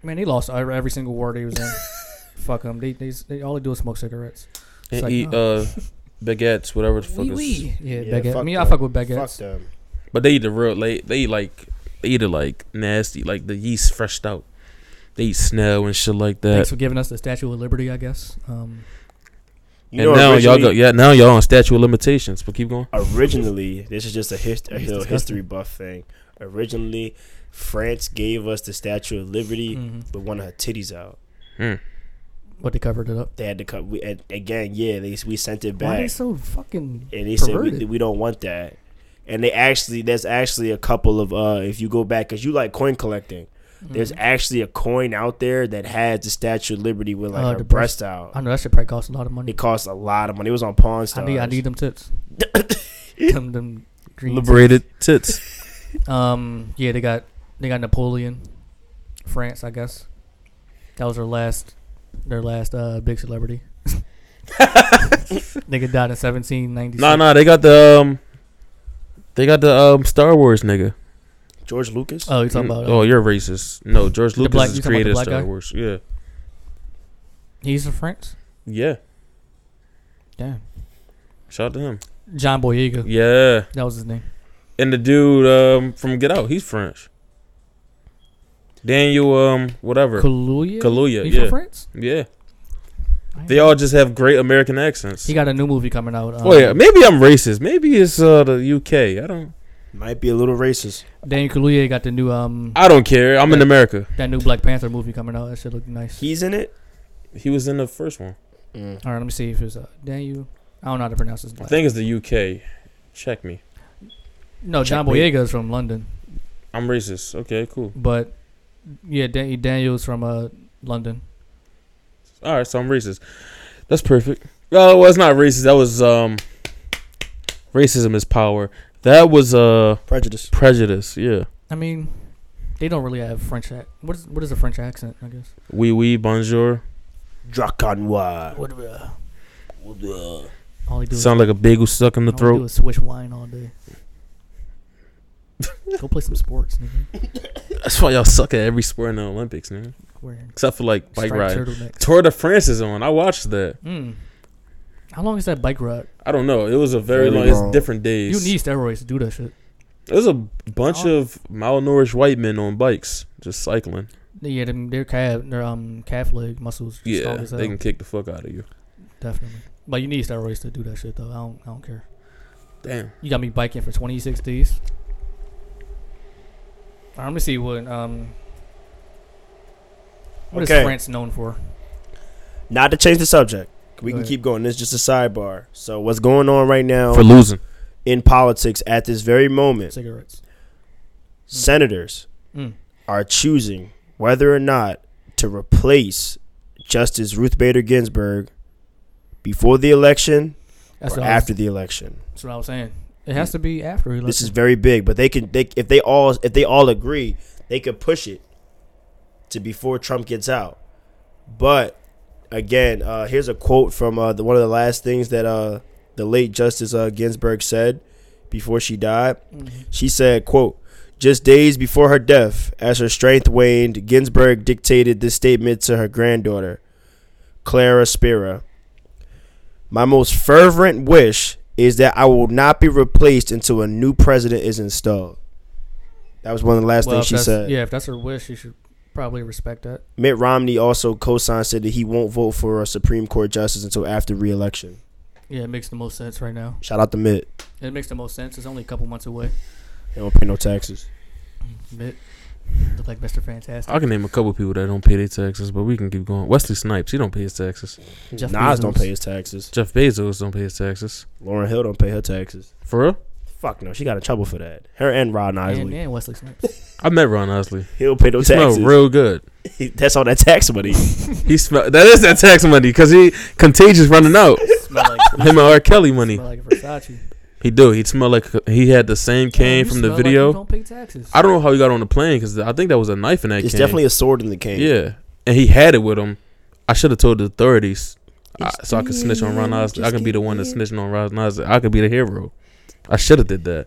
[SPEAKER 4] man, he lost every every single word he was in. Fuck him. They, they, they all they do is smoke cigarettes.
[SPEAKER 3] and
[SPEAKER 4] like,
[SPEAKER 3] eat
[SPEAKER 4] oh.
[SPEAKER 3] uh, baguettes, whatever the fuck.
[SPEAKER 4] Wee
[SPEAKER 3] is-
[SPEAKER 4] wee. Yeah,
[SPEAKER 5] Yeah,
[SPEAKER 4] baguette.
[SPEAKER 5] fuck
[SPEAKER 4] Me, I
[SPEAKER 5] them.
[SPEAKER 4] fuck with
[SPEAKER 5] Fuck
[SPEAKER 4] baguettes.
[SPEAKER 5] them.
[SPEAKER 3] But they eat the real. They they eat like they eat it like nasty, like the yeast freshed out. They eat snail and shit like
[SPEAKER 4] Thanks
[SPEAKER 3] that.
[SPEAKER 4] for giving us the Statue of Liberty, I guess. Um,
[SPEAKER 5] You
[SPEAKER 3] and
[SPEAKER 5] know,
[SPEAKER 3] now y'all
[SPEAKER 5] originally-
[SPEAKER 3] go. Yeah, now y'all on statute of limitations. But keep going.
[SPEAKER 5] originally this is just a, hist- a
[SPEAKER 4] It's
[SPEAKER 5] little
[SPEAKER 4] disgusting.
[SPEAKER 5] history buff thing originally france gave us the statue of liberty
[SPEAKER 4] mhm.
[SPEAKER 5] with one of her titties out
[SPEAKER 4] but they covered it up.
[SPEAKER 5] they had to cut we, and again yeah they, we sent it
[SPEAKER 4] Why are they
[SPEAKER 5] back
[SPEAKER 4] so fucking?
[SPEAKER 5] and they said we,
[SPEAKER 4] perverted?
[SPEAKER 5] we don't want that and they actually there's actually a couple of uh if you go back because you like coin collecting
[SPEAKER 4] Mm.
[SPEAKER 5] there's
[SPEAKER 4] Mm-hmm.
[SPEAKER 5] actually a coin out there that has the statue of liberty with like
[SPEAKER 4] Oh,
[SPEAKER 5] her
[SPEAKER 4] the
[SPEAKER 5] breast
[SPEAKER 4] breast-
[SPEAKER 5] out
[SPEAKER 4] I know that should probably cost a lot of money.
[SPEAKER 5] it costs a lot of money it was on pawn
[SPEAKER 4] I
[SPEAKER 5] stars
[SPEAKER 4] need, I need them tits. them, them green tits.
[SPEAKER 3] Liberated tits.
[SPEAKER 4] Um, yeah, they got they got Napoleon, France, I guess. That was their last their last uh big celebrity. nigga died in seventeen ninety.
[SPEAKER 3] nah, nah. They got the um. They got the um Star Wars nigga.
[SPEAKER 5] george lucas
[SPEAKER 4] Oh, you talking about?
[SPEAKER 3] oh, you're racist. No, George
[SPEAKER 4] The
[SPEAKER 3] Lucas
[SPEAKER 4] black-
[SPEAKER 3] is
[SPEAKER 4] you talking about the
[SPEAKER 3] created
[SPEAKER 4] black
[SPEAKER 3] Star
[SPEAKER 4] guy?
[SPEAKER 3] Wars. Yeah,
[SPEAKER 4] he's from France.
[SPEAKER 3] yeah.
[SPEAKER 4] Yeah,
[SPEAKER 3] Shout out to him.
[SPEAKER 4] John Boyega.
[SPEAKER 3] Yeah,
[SPEAKER 4] That was his name.
[SPEAKER 3] and the dude um from Get Out, he's French. Daniel um whatever
[SPEAKER 4] Kaluuya.
[SPEAKER 3] Kaluuya.
[SPEAKER 4] He's
[SPEAKER 3] yeah,
[SPEAKER 4] from France.
[SPEAKER 3] yeah.
[SPEAKER 4] I
[SPEAKER 3] They
[SPEAKER 4] ain't-
[SPEAKER 3] all Oh, just have great American accents.
[SPEAKER 4] He got uh, a new movie coming out. Um,
[SPEAKER 3] Wait, maybe I'm racist. Maybe it's uh, the UK. I don't.
[SPEAKER 5] might be a little racist
[SPEAKER 4] Daniel Kaluuya got the new um
[SPEAKER 3] I don't care. I'm in
[SPEAKER 4] Yeah.
[SPEAKER 3] America.
[SPEAKER 4] that new Black Panther movie coming out. That should look nice.
[SPEAKER 5] he's in it
[SPEAKER 3] He was in the first one.
[SPEAKER 5] Mm.
[SPEAKER 4] all right, let me see if it's uh, Daniel. I don't know how to pronounce his
[SPEAKER 3] I
[SPEAKER 4] name.
[SPEAKER 3] think it's the UK. Check me.
[SPEAKER 4] No, John
[SPEAKER 5] Checkmate.
[SPEAKER 4] Boyega is from London.
[SPEAKER 3] I'm racist. Okay, cool.
[SPEAKER 4] But yeah, Dan- Daniel's from uh, London.
[SPEAKER 3] All right, so I'm racist. That's perfect. Oh, well, it's not racist. That was um, racism is power. That was uh
[SPEAKER 8] Prejudice.
[SPEAKER 3] prejudice. Yeah.
[SPEAKER 4] I mean, they don't really have French. Ac- what is what is a French accent? I guess.
[SPEAKER 3] Oui, oui, bonjour.
[SPEAKER 5] Draconwa.
[SPEAKER 4] What, all they do
[SPEAKER 3] Sound
[SPEAKER 4] is,
[SPEAKER 3] like a bagel stuck in the
[SPEAKER 4] all they do
[SPEAKER 3] throat.
[SPEAKER 4] is swish wine all day. Go play some sports, nigga.
[SPEAKER 3] That's why y'all suck at every sport in the Olympics, man.
[SPEAKER 4] Wearing
[SPEAKER 3] Except for like bike ride.
[SPEAKER 4] striped turtlenecks.
[SPEAKER 3] Tour de France is on. I watched that.
[SPEAKER 4] Mm. How long is that bike ride?
[SPEAKER 3] I don't know. It was a
[SPEAKER 8] Very
[SPEAKER 3] very, long, It's
[SPEAKER 8] long.
[SPEAKER 3] different days.
[SPEAKER 4] You need steroids to do that shit.
[SPEAKER 3] There's a bunch
[SPEAKER 4] Oh.
[SPEAKER 3] of malnourished white men on bikes just cycling.
[SPEAKER 4] Yeah, them, their calf, their um calf leg muscles. Yeah,
[SPEAKER 3] Yeah, they can kick the fuck out of you.
[SPEAKER 4] definitely. But you need steroids to do that shit though. I don't, I don't care.
[SPEAKER 3] Damn.
[SPEAKER 4] You got me biking for 26 days. All right, let me see what um what is
[SPEAKER 5] Okay.
[SPEAKER 4] France known for?
[SPEAKER 5] Not to change the subject. We
[SPEAKER 4] Go
[SPEAKER 5] can
[SPEAKER 4] ahead.
[SPEAKER 5] keep going. This is just a sidebar. So what's going on right now
[SPEAKER 3] For losing.
[SPEAKER 5] in politics at this very moment?
[SPEAKER 4] Cigarettes.
[SPEAKER 5] Senators
[SPEAKER 4] Mm.
[SPEAKER 5] are choosing whether or not to replace Justice Ruth Bader Ginsburg before the election
[SPEAKER 4] That's,
[SPEAKER 5] or
[SPEAKER 4] what I was,
[SPEAKER 5] after the election.
[SPEAKER 4] that's what I was saying. It has to be after election.
[SPEAKER 5] This is very big, but they can they if they all if they all agree, they could push it to before Trump gets out. But again, uh, here's a quote from uh, the, one of the last things that uh, the late Justice uh, Ginsburg said before she died. She said, "quote Just days before her death, as her strength waned, Ginsburg dictated this statement to her granddaughter, Clara Spira. My most fervent wish is that I will not be replaced until a new president is installed." That was one of the last
[SPEAKER 4] Well,
[SPEAKER 5] things
[SPEAKER 4] if
[SPEAKER 5] she
[SPEAKER 4] that's-
[SPEAKER 5] said.
[SPEAKER 4] Yeah, if that's her wish, you should probably respect that.
[SPEAKER 5] Mitt Romney also co-signed said that he won't vote for a Supreme Court justice until after re-election.
[SPEAKER 4] Yeah, it makes the most sense right now.
[SPEAKER 5] Shout out to Mitt.
[SPEAKER 4] It makes the most sense. It's only a couple months away.
[SPEAKER 5] He don't pay no taxes.
[SPEAKER 4] Mitt, look like Mr. Fantastic.
[SPEAKER 3] I can name a couple people that don't pay their taxes, but we can keep going. Wesley Snipes, he don't pay his taxes.
[SPEAKER 4] Jeff
[SPEAKER 5] Nas don't
[SPEAKER 4] Bezos.
[SPEAKER 5] pay his taxes.
[SPEAKER 3] Jeff Bezos don't pay his taxes.
[SPEAKER 5] Lauren Hill don't pay her taxes.
[SPEAKER 3] For real?
[SPEAKER 5] Fuck no, she got in trouble for that. Her and Ron
[SPEAKER 4] And,
[SPEAKER 5] Isley.
[SPEAKER 4] and Wesley Snipes.
[SPEAKER 3] I met Ron Osley.
[SPEAKER 5] He'll pay no
[SPEAKER 3] He smelled
[SPEAKER 5] taxes.
[SPEAKER 3] real good.
[SPEAKER 5] That's all that tax money.
[SPEAKER 3] He smell that is that tax money because he contagious running out.
[SPEAKER 4] smell like
[SPEAKER 3] Him and R. Kelly money.
[SPEAKER 4] smell like Versace. Um,
[SPEAKER 3] He do. He'd smell like he had the same cane
[SPEAKER 4] You
[SPEAKER 3] from
[SPEAKER 4] smell
[SPEAKER 3] the
[SPEAKER 4] like you
[SPEAKER 3] video.
[SPEAKER 4] don't pay taxes.
[SPEAKER 3] I don't know how he got on the plane because I think that was a knife in that.
[SPEAKER 5] it's
[SPEAKER 3] cane.
[SPEAKER 5] definitely a sword in the cane.
[SPEAKER 3] yeah, and he had it with him. I should have told the authorities I, so I could snitch on Ron Osley. I could be the one that's snitching on Ron Osley. I could be the hero. I should have did that.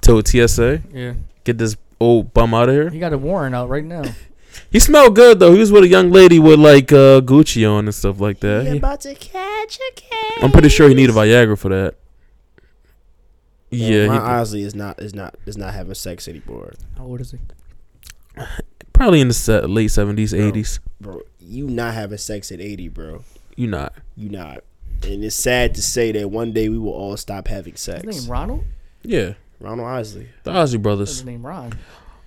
[SPEAKER 3] told TSA,
[SPEAKER 4] Yeah,
[SPEAKER 3] get this old bum out of here.
[SPEAKER 4] he got a warrant out right now.
[SPEAKER 3] He smelled good though. He was with a young lady with like uh, Gucci on and stuff like that.
[SPEAKER 6] about to catch a case.
[SPEAKER 3] I'm pretty sure he needed Viagra for that. Yeah,
[SPEAKER 5] Ron
[SPEAKER 3] he
[SPEAKER 5] Osley is not is not is not having sex anymore,
[SPEAKER 4] How old is he?
[SPEAKER 3] probably in the se- late seventies, eighties.
[SPEAKER 5] bro. You not having sex at eighty, bro.
[SPEAKER 3] You not?
[SPEAKER 5] You not. And it's sad to say that one day we will all stop having
[SPEAKER 4] His name
[SPEAKER 5] sex.
[SPEAKER 4] Ronald.
[SPEAKER 3] Yeah,
[SPEAKER 5] Ronald Osley.
[SPEAKER 3] the Ozzy
[SPEAKER 4] His
[SPEAKER 3] brothers.
[SPEAKER 4] name Ron.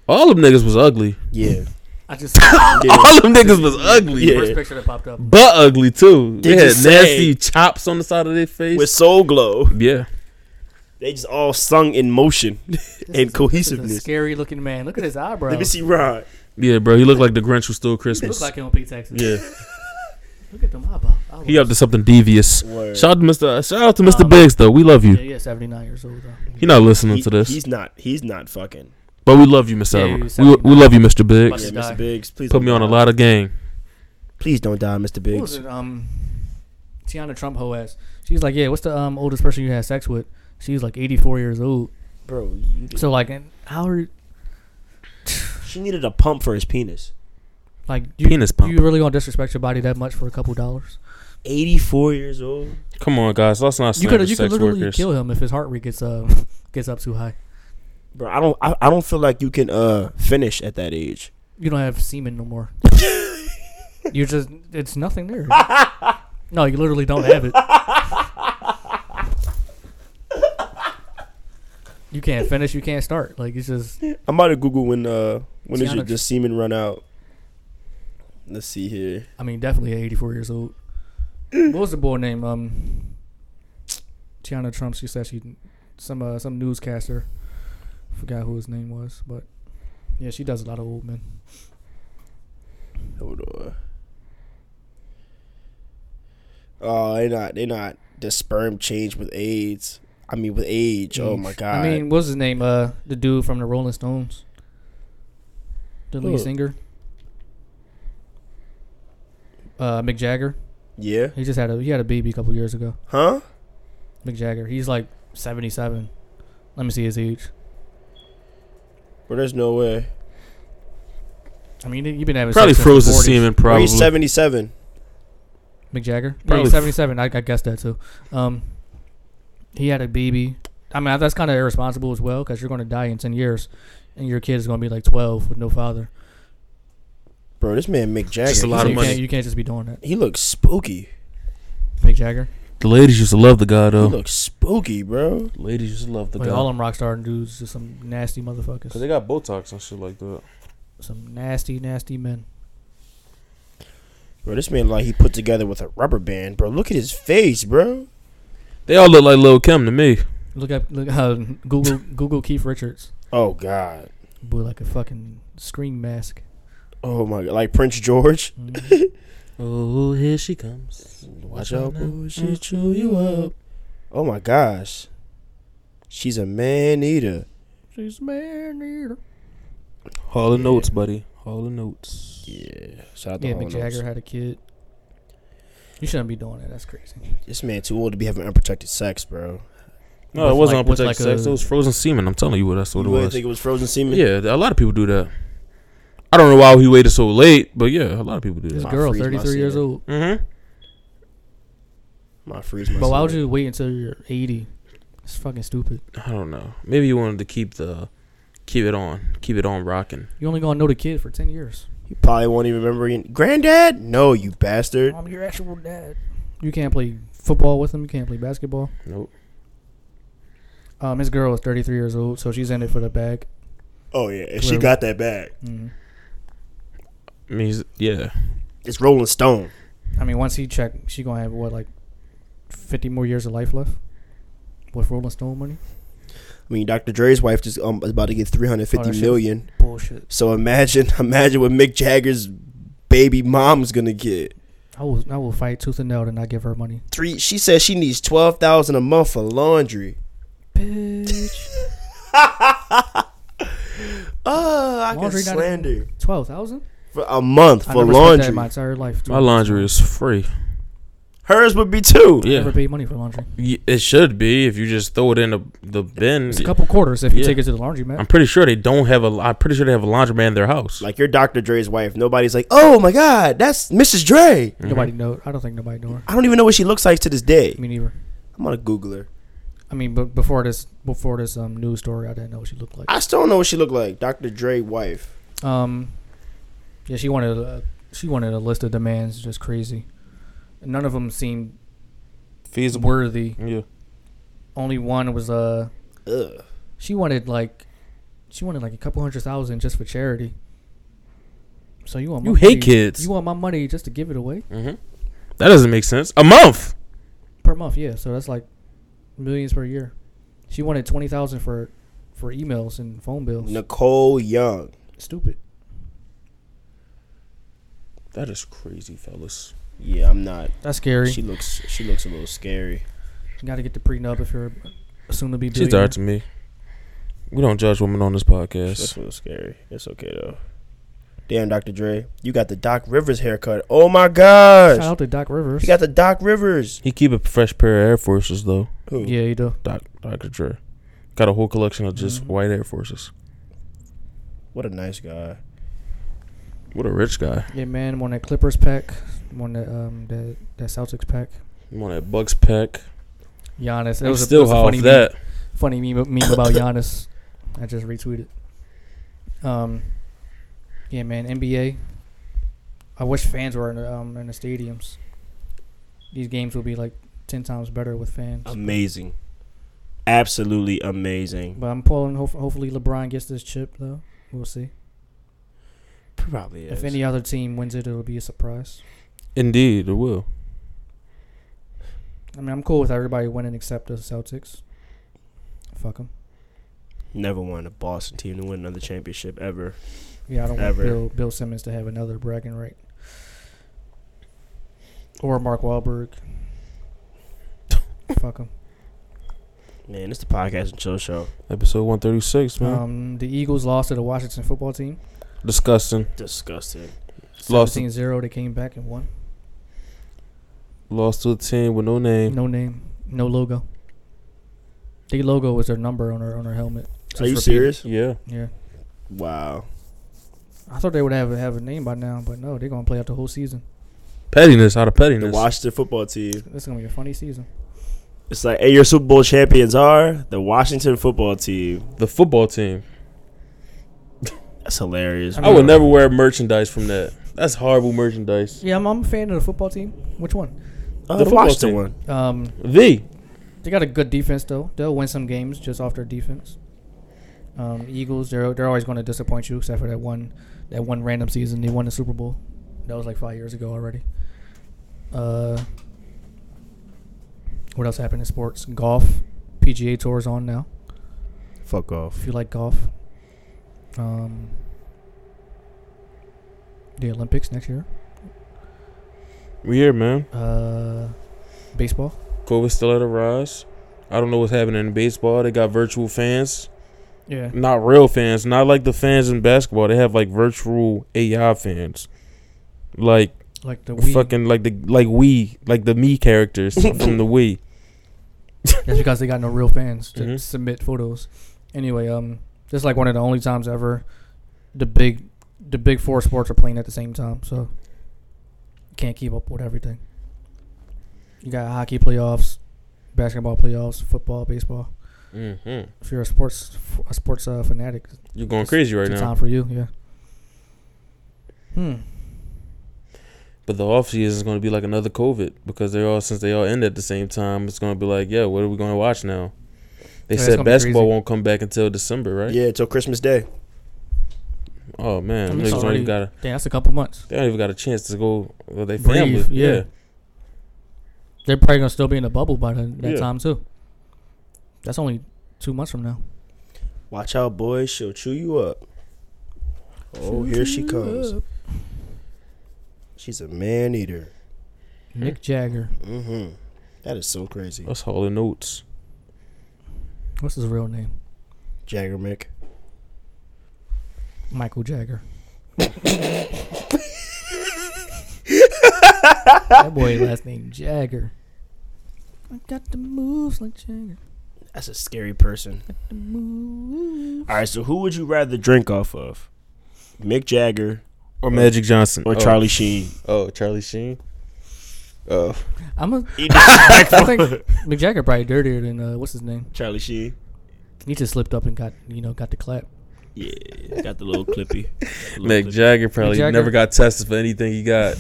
[SPEAKER 3] All them niggas was ugly.
[SPEAKER 5] Yeah.
[SPEAKER 4] I just
[SPEAKER 5] yeah.
[SPEAKER 3] All them niggas was ugly.
[SPEAKER 5] Yeah.
[SPEAKER 4] first picture that popped up.
[SPEAKER 3] But ugly too.
[SPEAKER 6] Did
[SPEAKER 3] they had
[SPEAKER 6] you say-
[SPEAKER 3] nasty chops on the side of their face.
[SPEAKER 6] With Soul Glow,
[SPEAKER 3] yeah,
[SPEAKER 6] they just all sung in motion and cohesiveness.
[SPEAKER 4] scary looking man. Look at his eyebrows.
[SPEAKER 6] Let me see Ron.
[SPEAKER 3] yeah, bro. He looked like the Grinch who stole
[SPEAKER 4] He
[SPEAKER 3] Christmas.
[SPEAKER 4] look like him on Pete Texas.
[SPEAKER 3] yeah,
[SPEAKER 4] Look at them eyebrows.
[SPEAKER 3] he up to something devious.
[SPEAKER 5] Word.
[SPEAKER 3] Shout out to Mr. Shout out to Mr.
[SPEAKER 4] Um,
[SPEAKER 3] Biggs though. We love
[SPEAKER 4] Yeah,
[SPEAKER 3] you.
[SPEAKER 4] yeah, 79 years old though.
[SPEAKER 3] He not listening
[SPEAKER 5] He-
[SPEAKER 3] to this,
[SPEAKER 5] He's not. He's not fucking.
[SPEAKER 3] but we love you, Mr.
[SPEAKER 4] Yeah,
[SPEAKER 3] Allen.
[SPEAKER 4] he's
[SPEAKER 3] we, we love you, Mr.
[SPEAKER 4] Must
[SPEAKER 5] Yeah,
[SPEAKER 3] Biggs.
[SPEAKER 4] have die.
[SPEAKER 5] Mr. Biggs, please
[SPEAKER 3] Put
[SPEAKER 5] don't
[SPEAKER 3] me on a
[SPEAKER 5] die.
[SPEAKER 3] lot of game.
[SPEAKER 5] Please don't die, Mr.
[SPEAKER 4] What was
[SPEAKER 5] Biggs.
[SPEAKER 4] it? Um, Tiana Trump hoe ass. She was like, yeah, what's the um oldest person you had sex with? She was like 84 years old.
[SPEAKER 5] Bro, you,
[SPEAKER 4] So like, and how are
[SPEAKER 6] She needed a pump for his penis.
[SPEAKER 4] like you,
[SPEAKER 3] Penis pump.
[SPEAKER 4] You really gonna disrespect your body that much for a couple dollars?
[SPEAKER 6] 84 years old.
[SPEAKER 3] Come on, guys. Let's not
[SPEAKER 4] You
[SPEAKER 3] slander
[SPEAKER 4] could you could
[SPEAKER 3] sex
[SPEAKER 4] literally
[SPEAKER 3] workers.
[SPEAKER 4] kill him if his heart rate gets uh gets up too high.
[SPEAKER 5] bro, I don't. I, I don't feel like you can uh finish at that age.
[SPEAKER 4] You don't have semen no more. You're just it's nothing there. no, you literally don't have it. You can't finish. You can't start. Like it's just
[SPEAKER 5] I'm about to Google when uh when does
[SPEAKER 4] Tiana-
[SPEAKER 5] your the semen run out. Let's see here.
[SPEAKER 4] I mean, definitely at 84 years old. what was the boy name? Um, Tiana Trump. She said she some uh, some newscaster. Forgot who his name was, but yeah, she does a lot of old men.
[SPEAKER 5] Hold on. Oh, they not. They not. The sperm change with AIDS. I mean, with age. Oh my god.
[SPEAKER 4] I mean, what was his name? Uh, the dude from the Rolling Stones, the lead
[SPEAKER 5] Who?
[SPEAKER 4] singer. Uh, Mick Jagger.
[SPEAKER 5] yeah.
[SPEAKER 4] He just had a he had a baby a couple years ago.
[SPEAKER 5] Huh?
[SPEAKER 4] Mick Jagger. He's like 77. Let me see his age.
[SPEAKER 5] Well, there's no way.
[SPEAKER 4] I mean, you've been having
[SPEAKER 3] Probably
[SPEAKER 4] sex
[SPEAKER 3] froze
[SPEAKER 4] since
[SPEAKER 3] the
[SPEAKER 4] 40s.
[SPEAKER 3] semen.
[SPEAKER 5] Bro,
[SPEAKER 3] Probably.
[SPEAKER 5] he's 77.
[SPEAKER 4] Mick Jagger. Yeah,
[SPEAKER 3] Probably
[SPEAKER 4] he's
[SPEAKER 3] f-
[SPEAKER 4] 77. I, I guessed that too. Um, he had a baby. I mean, that's kind of irresponsible as well because you're going to die in 10 years and your kid is going to be like 12 with no father.
[SPEAKER 5] Bro, this man Mick Jagger.
[SPEAKER 3] Just a
[SPEAKER 5] he
[SPEAKER 3] lot of
[SPEAKER 4] So
[SPEAKER 5] looks-
[SPEAKER 4] you
[SPEAKER 3] money.
[SPEAKER 4] Can't, you can't just be doing that.
[SPEAKER 5] He looks spooky.
[SPEAKER 4] Mick Jagger.
[SPEAKER 3] the ladies used to love the guy
[SPEAKER 5] He
[SPEAKER 3] though.
[SPEAKER 5] looks spooky, bro.
[SPEAKER 3] The ladies used to love the
[SPEAKER 4] Like,
[SPEAKER 3] guy.
[SPEAKER 4] all them rock star dudes, just some nasty motherfuckers.
[SPEAKER 3] got Botox and shit like that.
[SPEAKER 4] some nasty, nasty men.
[SPEAKER 5] Bro, this man like he put together with a rubber band, bro. Look at his face, bro.
[SPEAKER 3] They all look like Lil Kim to me.
[SPEAKER 4] Look up, look, uh, Google, Google Keith Richards.
[SPEAKER 5] Oh God.
[SPEAKER 4] Boy, like a fucking screen mask.
[SPEAKER 5] Oh my God. Like Prince George.
[SPEAKER 4] Mhm.
[SPEAKER 3] Oh, here she comes.
[SPEAKER 5] Watch out, boy. She chew you up. Oh my gosh. She's a man eater.
[SPEAKER 4] She's a man eater.
[SPEAKER 3] Hall of Notes, buddy. Hall of Notes.
[SPEAKER 5] Yeah. Shout out to
[SPEAKER 4] Yeah,
[SPEAKER 5] Hall
[SPEAKER 4] Mick
[SPEAKER 5] and
[SPEAKER 4] Jagger
[SPEAKER 5] Oates.
[SPEAKER 4] had a kid. You shouldn't be doing that. That's crazy.
[SPEAKER 5] This man too old to be having unprotected sex, bro.
[SPEAKER 3] No, it
[SPEAKER 4] With
[SPEAKER 3] wasn't
[SPEAKER 4] like- with
[SPEAKER 3] unprotected
[SPEAKER 4] like
[SPEAKER 3] sex.
[SPEAKER 4] a-
[SPEAKER 3] it was frozen semen. I'm telling you what that's what
[SPEAKER 5] you
[SPEAKER 3] it
[SPEAKER 5] really
[SPEAKER 3] was.
[SPEAKER 5] think it was frozen semen?
[SPEAKER 3] Yeah, a lot of people do that. I don't know why he waited so late, but yeah, a lot of people do
[SPEAKER 4] This
[SPEAKER 3] that.
[SPEAKER 5] My
[SPEAKER 4] girl,
[SPEAKER 5] freeze my
[SPEAKER 4] 33 years
[SPEAKER 5] semen.
[SPEAKER 4] old.
[SPEAKER 3] Mm-hmm.
[SPEAKER 5] My freeze my
[SPEAKER 4] But why would
[SPEAKER 5] semen.
[SPEAKER 4] you wait until you're 80? It's fucking stupid.
[SPEAKER 3] I don't know. Maybe he wanted to keep the keep it on, keep it on rocking.
[SPEAKER 4] You only gonna know the kid for 10 years.
[SPEAKER 5] You probably won't even remember your granddad? No, you bastard.
[SPEAKER 4] I'm your actual dad. You can't play football with him. You can't play basketball.
[SPEAKER 3] Nope.
[SPEAKER 4] Um, his girl is 33 years old, so she's in it for the bag.
[SPEAKER 5] Oh yeah, and
[SPEAKER 4] Whoever-
[SPEAKER 5] got that back.
[SPEAKER 4] Mhm.
[SPEAKER 3] I mean, he's- yeah.
[SPEAKER 5] It's Rolling Stone.
[SPEAKER 4] I mean, once he checked, she gonna have what like 50 more years of life left with Rolling Stone money.
[SPEAKER 5] I mean, Dr. Dre's wife just um, is about to get three hundred
[SPEAKER 4] Oh, that
[SPEAKER 5] fifty
[SPEAKER 4] shit.
[SPEAKER 5] million.
[SPEAKER 4] Bullshit.
[SPEAKER 5] So imagine, imagine what Mick Jagger's baby mom's gonna get.
[SPEAKER 4] I will I will fight tooth and nail to not give her money.
[SPEAKER 5] Three. She says she needs twelve thousand a month for laundry.
[SPEAKER 4] Bitch.
[SPEAKER 5] Oh, Ah, I
[SPEAKER 4] Laundry
[SPEAKER 5] can
[SPEAKER 4] not-
[SPEAKER 5] slander
[SPEAKER 4] Twelve thousand
[SPEAKER 5] for a month
[SPEAKER 4] I
[SPEAKER 5] for
[SPEAKER 4] never spent that in my
[SPEAKER 5] laundry.
[SPEAKER 4] entire life.
[SPEAKER 3] My laundry is free.
[SPEAKER 6] Hers would be two.
[SPEAKER 4] Never
[SPEAKER 3] Yeah,
[SPEAKER 4] paid money for laundry.
[SPEAKER 3] Y- it should be if you just throw it in the the bin.
[SPEAKER 4] It's a couple quarters if you
[SPEAKER 3] Yeah.
[SPEAKER 4] take it to the laundry mat.
[SPEAKER 3] I'm pretty sure they don't have a. I'm pretty sure they have a laundromat in their house.
[SPEAKER 5] Like you're Dr. Dre's wife. Nobody's like, oh my God, that's Mrs. Dre.
[SPEAKER 4] Nobody know. I don't think nobody knew her.
[SPEAKER 5] I don't even know what she looks like to this day.
[SPEAKER 4] Me neither.
[SPEAKER 5] I'm gonna Google her.
[SPEAKER 4] I mean, but before this, before this um, news story, I didn't know what she looked like.
[SPEAKER 5] I still don't know what she looked like. Dr. Dre wife.
[SPEAKER 4] Um, yeah, she wanted a, she wanted a list of demands, just crazy. None of them seemed
[SPEAKER 3] feasible.
[SPEAKER 4] worthy.
[SPEAKER 3] Yeah,
[SPEAKER 4] Only one was uh,
[SPEAKER 5] Ugh.
[SPEAKER 4] she wanted like, she wanted like a couple hundred thousand just for charity. So you want my
[SPEAKER 3] You hate
[SPEAKER 4] money-
[SPEAKER 3] kids.
[SPEAKER 4] You want my money just to give it away
[SPEAKER 3] that doesn't make sense. A month.
[SPEAKER 4] per month? Yeah, so that's like millions per year. She wanted twenty thousand for for emails and phone bills.
[SPEAKER 5] Nicole Young.
[SPEAKER 4] Stupid.
[SPEAKER 3] That is crazy, fellas.
[SPEAKER 5] Yeah, I'm not.
[SPEAKER 4] That's scary.
[SPEAKER 5] She looks she looks a little scary.
[SPEAKER 4] You got to get the prenup if you're soon to be.
[SPEAKER 3] She's
[SPEAKER 4] billionaire.
[SPEAKER 3] tired to me. We don't judge women on this podcast.
[SPEAKER 5] She looks a little scary. It's okay though. Damn, Dr. Dre. You got the Doc Rivers haircut. Oh my
[SPEAKER 4] Shout
[SPEAKER 5] gosh.
[SPEAKER 4] out to Doc Rivers.
[SPEAKER 5] You got the Doc Rivers.
[SPEAKER 3] He keep a fresh pair of Air Forces though.
[SPEAKER 5] Who?
[SPEAKER 4] yeah, you do.
[SPEAKER 3] Doc Dr. Dre. Got a whole collection of just
[SPEAKER 4] Mhm.
[SPEAKER 3] white Air Forces.
[SPEAKER 5] What a nice guy.
[SPEAKER 3] What a rich guy.
[SPEAKER 4] Yeah, man, one that Clippers pack, one that um that that Celtics pack.
[SPEAKER 3] I'm on that Bucks pack.
[SPEAKER 4] Giannis. It
[SPEAKER 3] I'm
[SPEAKER 4] was a, it
[SPEAKER 3] still
[SPEAKER 4] was a
[SPEAKER 3] off
[SPEAKER 4] funny
[SPEAKER 3] that.
[SPEAKER 4] Meme, funny meme, meme about Giannis. I just retweeted. Um, yeah, man, NBA. I wish fans were in the, um in the stadiums. These games would be like ten times better with fans.
[SPEAKER 6] Amazing. Absolutely amazing.
[SPEAKER 4] But I'm pulling. Hof- hopefully, LeBron gets this chip though. We'll see.
[SPEAKER 6] Probably is.
[SPEAKER 4] If any other team wins it, it'll be a surprise.
[SPEAKER 3] Indeed, it will.
[SPEAKER 4] I mean, I'm cool with everybody winning except the Celtics. Fuck them.
[SPEAKER 6] Never wanted a Boston team to win another championship ever.
[SPEAKER 4] Yeah, I don't
[SPEAKER 6] Ever.
[SPEAKER 4] want Bill, Bill Simmons to have another bragging right. Or Mark Wahlberg. Fuck him.
[SPEAKER 6] Man, it's the podcast and chill show.
[SPEAKER 3] Episode one thirty six, man.
[SPEAKER 4] Um, the Eagles lost to the Washington football team.
[SPEAKER 3] Disgusting.
[SPEAKER 6] Disgusting.
[SPEAKER 3] Lost
[SPEAKER 4] 17 0. They came back and won.
[SPEAKER 3] lost to a team with no name.
[SPEAKER 4] No name, no logo. The logo was their number on her on her helmet.
[SPEAKER 5] Are you
[SPEAKER 4] Just
[SPEAKER 5] serious?
[SPEAKER 3] Yeah.
[SPEAKER 4] Yeah.
[SPEAKER 5] Wow.
[SPEAKER 4] I thought they would have, have a name by now, but no, they're going to play out the whole season.
[SPEAKER 3] Pettiness out of
[SPEAKER 6] The
[SPEAKER 3] pettiness.
[SPEAKER 6] Washington football team.
[SPEAKER 4] This is going to be a funny season.
[SPEAKER 6] It's like, hey, your Super Bowl champions are the Washington football team.
[SPEAKER 3] the football team.
[SPEAKER 6] That's hilarious.
[SPEAKER 3] I would never wear merchandise from that. That's horrible merchandise.
[SPEAKER 4] Yeah, I'm, I'm a fan of the football team. Which one?
[SPEAKER 6] Uh,
[SPEAKER 3] the
[SPEAKER 6] the
[SPEAKER 3] football
[SPEAKER 6] Washington
[SPEAKER 3] team.
[SPEAKER 6] one.
[SPEAKER 4] Um,
[SPEAKER 3] The
[SPEAKER 4] They got a good defense though. They'll win some games just off their defense. Um, Eagles, they're they're always going to disappoint you, except for that one that one random season they won the Super Bowl. That was like five years ago already. Uh, what else happened in sports? Golf, PGA Tour is on now.
[SPEAKER 6] Fuck off.
[SPEAKER 4] If you like golf, um, the Olympics next year.
[SPEAKER 3] we here, man.
[SPEAKER 4] Uh, baseball.
[SPEAKER 3] COVID still at a rise. I don't know what's happening in baseball. They got virtual fans.
[SPEAKER 4] Yeah.
[SPEAKER 3] Not real fans. Not like the fans in basketball. They have like virtual AI fans. Like
[SPEAKER 4] Like the Wii.
[SPEAKER 3] fucking like the like we like the me characters from the Wii.
[SPEAKER 4] That's because they got no real fans to
[SPEAKER 3] Mhm.
[SPEAKER 4] submit photos. Anyway, um, this is like one of the only times ever the big the big four sports are playing at the same time, so can't keep up with everything. You got hockey playoffs, basketball playoffs, football, baseball.
[SPEAKER 3] hmm
[SPEAKER 4] If you're a sports a sports uh, fanatic,
[SPEAKER 3] You're going crazy right
[SPEAKER 4] it's
[SPEAKER 3] now.
[SPEAKER 4] time for you. Yeah. Hmm.
[SPEAKER 3] But the off season is going to be like another COVID because they all since they all end at the same time. It's going to be like, yeah, what are we going to watch now? They
[SPEAKER 4] Yeah, it's
[SPEAKER 3] said
[SPEAKER 4] gonna be
[SPEAKER 3] basketball
[SPEAKER 4] crazy.
[SPEAKER 3] won't come back until December, right?
[SPEAKER 5] Yeah, till Christmas Day.
[SPEAKER 3] Oh
[SPEAKER 4] I
[SPEAKER 3] man,
[SPEAKER 4] mean, it's
[SPEAKER 3] niggas don't
[SPEAKER 4] already-
[SPEAKER 3] even got a
[SPEAKER 4] Damn, that's a couple months.
[SPEAKER 3] they don't even got a chance to go with their family.
[SPEAKER 4] Breathe, yeah.
[SPEAKER 3] yeah.
[SPEAKER 4] They're probably gonna still be in the bubble by then, that
[SPEAKER 3] Yeah.
[SPEAKER 4] time too. That's only two months from now.
[SPEAKER 5] Watch out, boys. She'll chew you up. Oh, here she comes. She's a man eater.
[SPEAKER 4] Mick Jagger.
[SPEAKER 5] Mm-hmm. That is so crazy.
[SPEAKER 3] That's Hall and Oates.
[SPEAKER 4] What's his real name?
[SPEAKER 5] Jagger Mick.
[SPEAKER 4] Michael Jagger. that boy last name Jagger. I got the moves like Jagger.
[SPEAKER 5] That's a scary person.
[SPEAKER 4] The moves.
[SPEAKER 5] All right, so who would you rather drink off of? Mick Jagger
[SPEAKER 3] or Magic Johnson
[SPEAKER 5] or
[SPEAKER 3] Oh.
[SPEAKER 5] Charlie Sheen?
[SPEAKER 3] Oh, Charlie Sheen. Oh,
[SPEAKER 4] I'm a. I think
[SPEAKER 5] Disrespectful.
[SPEAKER 4] Mick Jagger probably dirtier than uh, what's his name.
[SPEAKER 5] Charlie Sheen.
[SPEAKER 4] He just slipped up and got you know got the clap.
[SPEAKER 5] Yeah, got the little clippy. Got the little
[SPEAKER 3] Mick
[SPEAKER 5] clippy.
[SPEAKER 3] Jagger probably
[SPEAKER 4] Jagger?
[SPEAKER 3] never got tested for anything he got.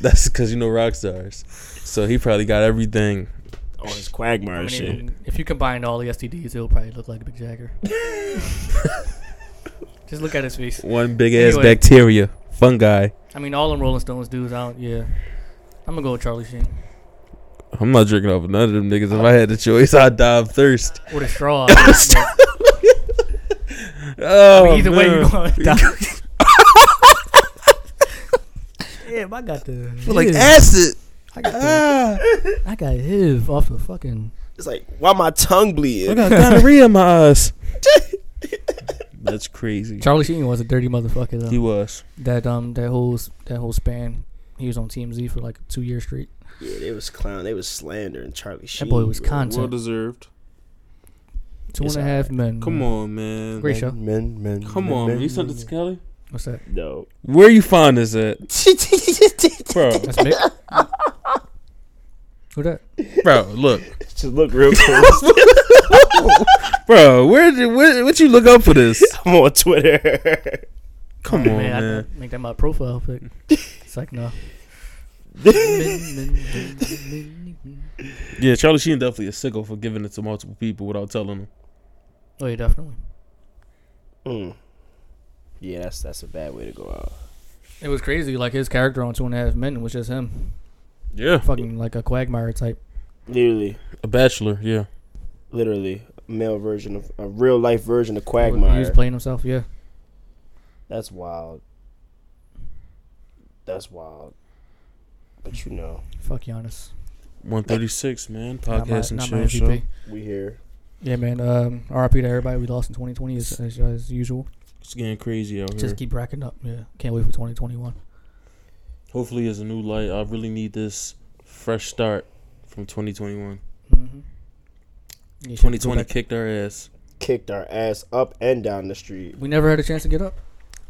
[SPEAKER 3] That's because you know rock stars, so he probably got everything.
[SPEAKER 5] on Oh, his Quagmire
[SPEAKER 4] I
[SPEAKER 5] shit.
[SPEAKER 4] mean, if you combine all the STDs, it'll probably look like Mick Jagger. just look at his face.
[SPEAKER 3] One big ass
[SPEAKER 4] Anyway.
[SPEAKER 3] bacteria, fungi.
[SPEAKER 4] I mean, all them Rolling Stones dudes out. Yeah, I'm gonna go with Charlie Sheen
[SPEAKER 3] I'm not drinking off of none of them niggas. If I had the choice, I'd die of thirst.
[SPEAKER 4] with a straw. I guess, but-
[SPEAKER 3] Oh,
[SPEAKER 4] I mean, either way,
[SPEAKER 3] man.
[SPEAKER 4] you're gonna die. Damn, I got the
[SPEAKER 3] Feel like
[SPEAKER 4] HIV.
[SPEAKER 3] acid.
[SPEAKER 4] I got, the,
[SPEAKER 3] Ah,
[SPEAKER 4] I got HIV off the fucking.
[SPEAKER 9] It's like why my tongue
[SPEAKER 3] I
[SPEAKER 9] bleeding.
[SPEAKER 3] got gonorrhea in my eyes. That's crazy.
[SPEAKER 4] Charlie Sheen was a dirty motherfucker though.
[SPEAKER 3] He was.
[SPEAKER 4] that um that whole s- that whole span, he was on TMZ for like two years straight.
[SPEAKER 9] Yeah, they was clown. They was slandering Charlie Sheen.
[SPEAKER 4] That boy was
[SPEAKER 9] bro.
[SPEAKER 4] content.
[SPEAKER 3] deserved.
[SPEAKER 4] Two and
[SPEAKER 9] It's
[SPEAKER 4] a half men.
[SPEAKER 3] Come
[SPEAKER 4] man.
[SPEAKER 3] on, man.
[SPEAKER 4] Mm. Great show.
[SPEAKER 9] Men, men,
[SPEAKER 3] Come
[SPEAKER 9] men,
[SPEAKER 3] on,
[SPEAKER 9] men,
[SPEAKER 3] man. You sent this
[SPEAKER 9] men.
[SPEAKER 3] to Kelly?
[SPEAKER 4] What's that?
[SPEAKER 5] No.
[SPEAKER 3] Where you find this at? bro,
[SPEAKER 4] That's Mick. Who that?
[SPEAKER 3] bro, look.
[SPEAKER 5] Just look real close.
[SPEAKER 3] Bro, where did where, what you look up for this?
[SPEAKER 5] I'm on Twitter.
[SPEAKER 3] Come on,
[SPEAKER 4] I-
[SPEAKER 3] man.
[SPEAKER 4] I make that my profile pic. It's like no. oh
[SPEAKER 3] Yeah, Charlie Sheen definitely a sicko for giving it to multiple people without telling them.
[SPEAKER 4] Oh, yeah, definitely.
[SPEAKER 5] Mm. Yeah, that's that's a bad way to go out.
[SPEAKER 4] It was crazy. Like his character on Two and a Half Men was just him,
[SPEAKER 3] Yeah,
[SPEAKER 4] fucking like a Quagmire type.
[SPEAKER 5] Literally,
[SPEAKER 3] a bachelor. Yeah,
[SPEAKER 5] literally, a male version of a real life version of
[SPEAKER 4] He was
[SPEAKER 5] Quagmire.
[SPEAKER 4] playing himself. Yeah.
[SPEAKER 5] that's wild. That's wild. But you know,
[SPEAKER 4] Fuck Giannis.
[SPEAKER 3] one thirty six, man.
[SPEAKER 4] Not my,
[SPEAKER 3] Podcast
[SPEAKER 4] not my
[SPEAKER 3] and chill. show.
[SPEAKER 4] MVP.
[SPEAKER 5] we here.
[SPEAKER 4] Yeah, man. Um, RIP to everybody we lost in 2020 as, as, as usual.
[SPEAKER 3] It's getting crazy out here.
[SPEAKER 4] Just keep racking up. Yeah, can't wait for 2021.
[SPEAKER 3] Hopefully, it's a new light. I really need this fresh start from twenty twenty one.
[SPEAKER 4] Mm-hmm.
[SPEAKER 3] Twenty twenty kicked our ass.
[SPEAKER 5] Kicked our ass up and down the street.
[SPEAKER 4] We never had a chance to get up.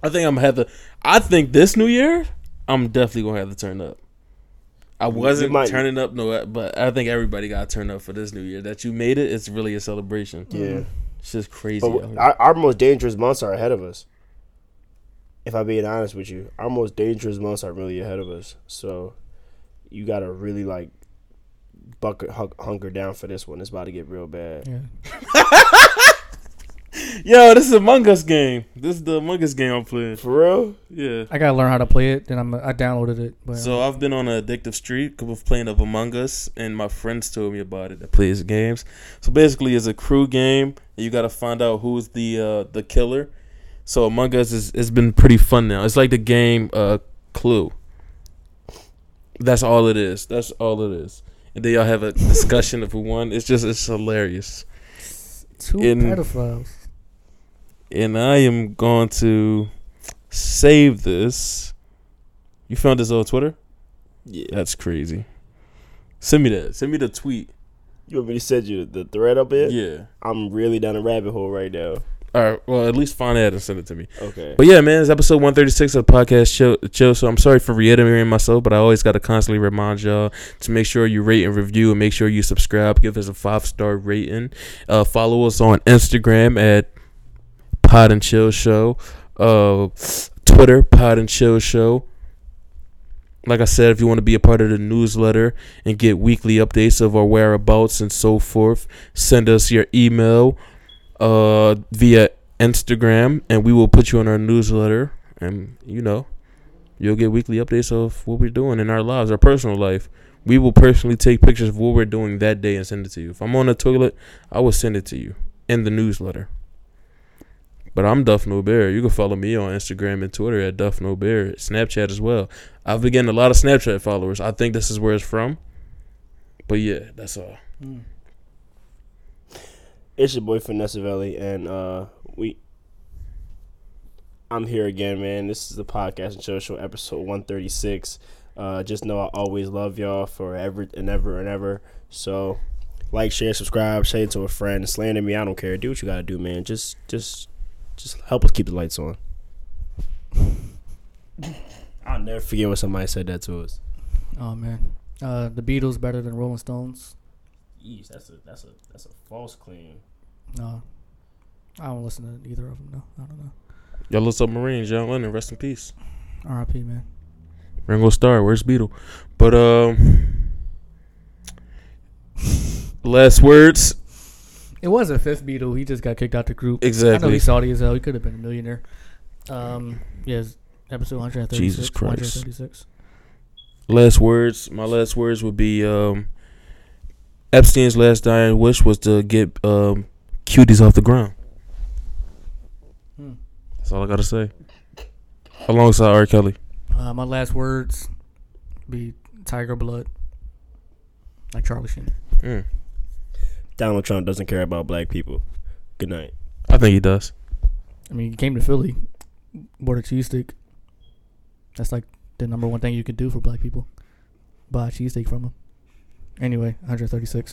[SPEAKER 3] I think I'm gonna have to. I think this new year, I'm definitely gonna have to turn up. I wasn't
[SPEAKER 5] might-
[SPEAKER 3] turning up, no, but I think everybody got to turn up for this new year. That you made it, it's really a celebration.
[SPEAKER 5] Yeah,
[SPEAKER 3] It's just crazy.
[SPEAKER 5] but
[SPEAKER 3] out here.
[SPEAKER 5] our, our most dangerous months are ahead of us. If I'm being honest with you, our most dangerous months are really ahead of us. So you gotta really like buck hun- hunker down for this one. It's about to get real bad.
[SPEAKER 4] Yeah.
[SPEAKER 3] Yo, this is Among Us game. This is the Among Us game I'm playing.
[SPEAKER 5] For real.
[SPEAKER 3] Yeah.
[SPEAKER 4] I gotta learn how to play it. Then I'm I downloaded it. But
[SPEAKER 3] So I've been on an addictive streak of playing of Among Us, and my friends told me about it that plays games. So basically, it's a crew game. And you got to find out who's the uh, the killer. So Among Us is has been pretty fun now. It's like the game uh, Clue. That's all it is. That's all it is. And then y'all have a discussion of who won. It's just it's hilarious.
[SPEAKER 4] two
[SPEAKER 3] in-
[SPEAKER 4] pedophiles.
[SPEAKER 3] and I am going to save this. You found this on Twitter? Yeah, that's crazy. Send me that. Send me the tweet.
[SPEAKER 5] You want me to send you the thread up
[SPEAKER 3] Yeah.
[SPEAKER 5] here? I'm really down a rabbit hole right now.
[SPEAKER 3] All right. Well, at least find that and send it to me.
[SPEAKER 5] Okay.
[SPEAKER 3] But yeah, man, it's episode one thirty six of the podcast show, show. So I'm sorry for reiterating myself, but I always got to constantly remind y'all to make sure you rate and review, and make sure you subscribe. Give us a five star rating. Uh, follow us on Instagram at Pod and Chill Show. Uh, Twitter Pod and Chill Show. Like I said, if you want to be a part of the newsletter and get weekly updates of our whereabouts and so forth, send us your email uh, via Instagram, and we will put you on our newsletter. And you know, you'll get weekly updates of what we're doing in our lives, our personal life. We will personally take pictures of what we're doing that day and send it to you. If I'm on the toilet, I will send it to you in the newsletter. But I'm Duff No Bear. You can follow me on Instagram and Twitter at Duff No Bear, Snapchat as well. I've been getting a lot of Snapchat followers. I think this is where it's from. But yeah, that's all.
[SPEAKER 5] It's your boy Vanessa Valley, and uh, we. I'm here again, man. This is the podcast and show show episode 136. Uh, just know I always love y'all forever and ever and ever. So, like, share, subscribe, share it to a friend, slander me. I don't care. Do what you gotta do, man. Just, just, just help us keep the lights on. I'll never forget when somebody said that to us.
[SPEAKER 4] Oh man, uh, the Beatles better than Rolling Stones.
[SPEAKER 5] Jeez, that's a that's a that's a false claim.
[SPEAKER 4] No, I don't listen to either of them. No, I don't know.
[SPEAKER 3] Y'all little submarine, John Lennon, rest in peace.
[SPEAKER 4] R.I.P. Man.
[SPEAKER 3] Ringo Starr, where's Beetle? But um, last words.
[SPEAKER 4] It was a fifth Beatle. He just got kicked out the group. I know
[SPEAKER 3] Exactly.
[SPEAKER 4] he's salty as hell. He could have been a millionaire. Um, yes, episode 136.
[SPEAKER 3] Jesus Christ.
[SPEAKER 4] 136.
[SPEAKER 3] Last words. My last words would be um, Epstein's last dying wish was to get um, cuties off the ground.
[SPEAKER 4] Hmm.
[SPEAKER 3] That's all I gotta say. Alongside R. Kelly.
[SPEAKER 4] Uh, my last words be Tiger Blood, like Charlie Sheen.
[SPEAKER 3] Mm.
[SPEAKER 5] Donald Trump doesn't care about black people. Good night.
[SPEAKER 3] I think he does.
[SPEAKER 4] I mean, you came to Philly, bought a cheese stick. That's like the number one thing you could do for black people. Buy a cheese steak from them. Anyway, 136.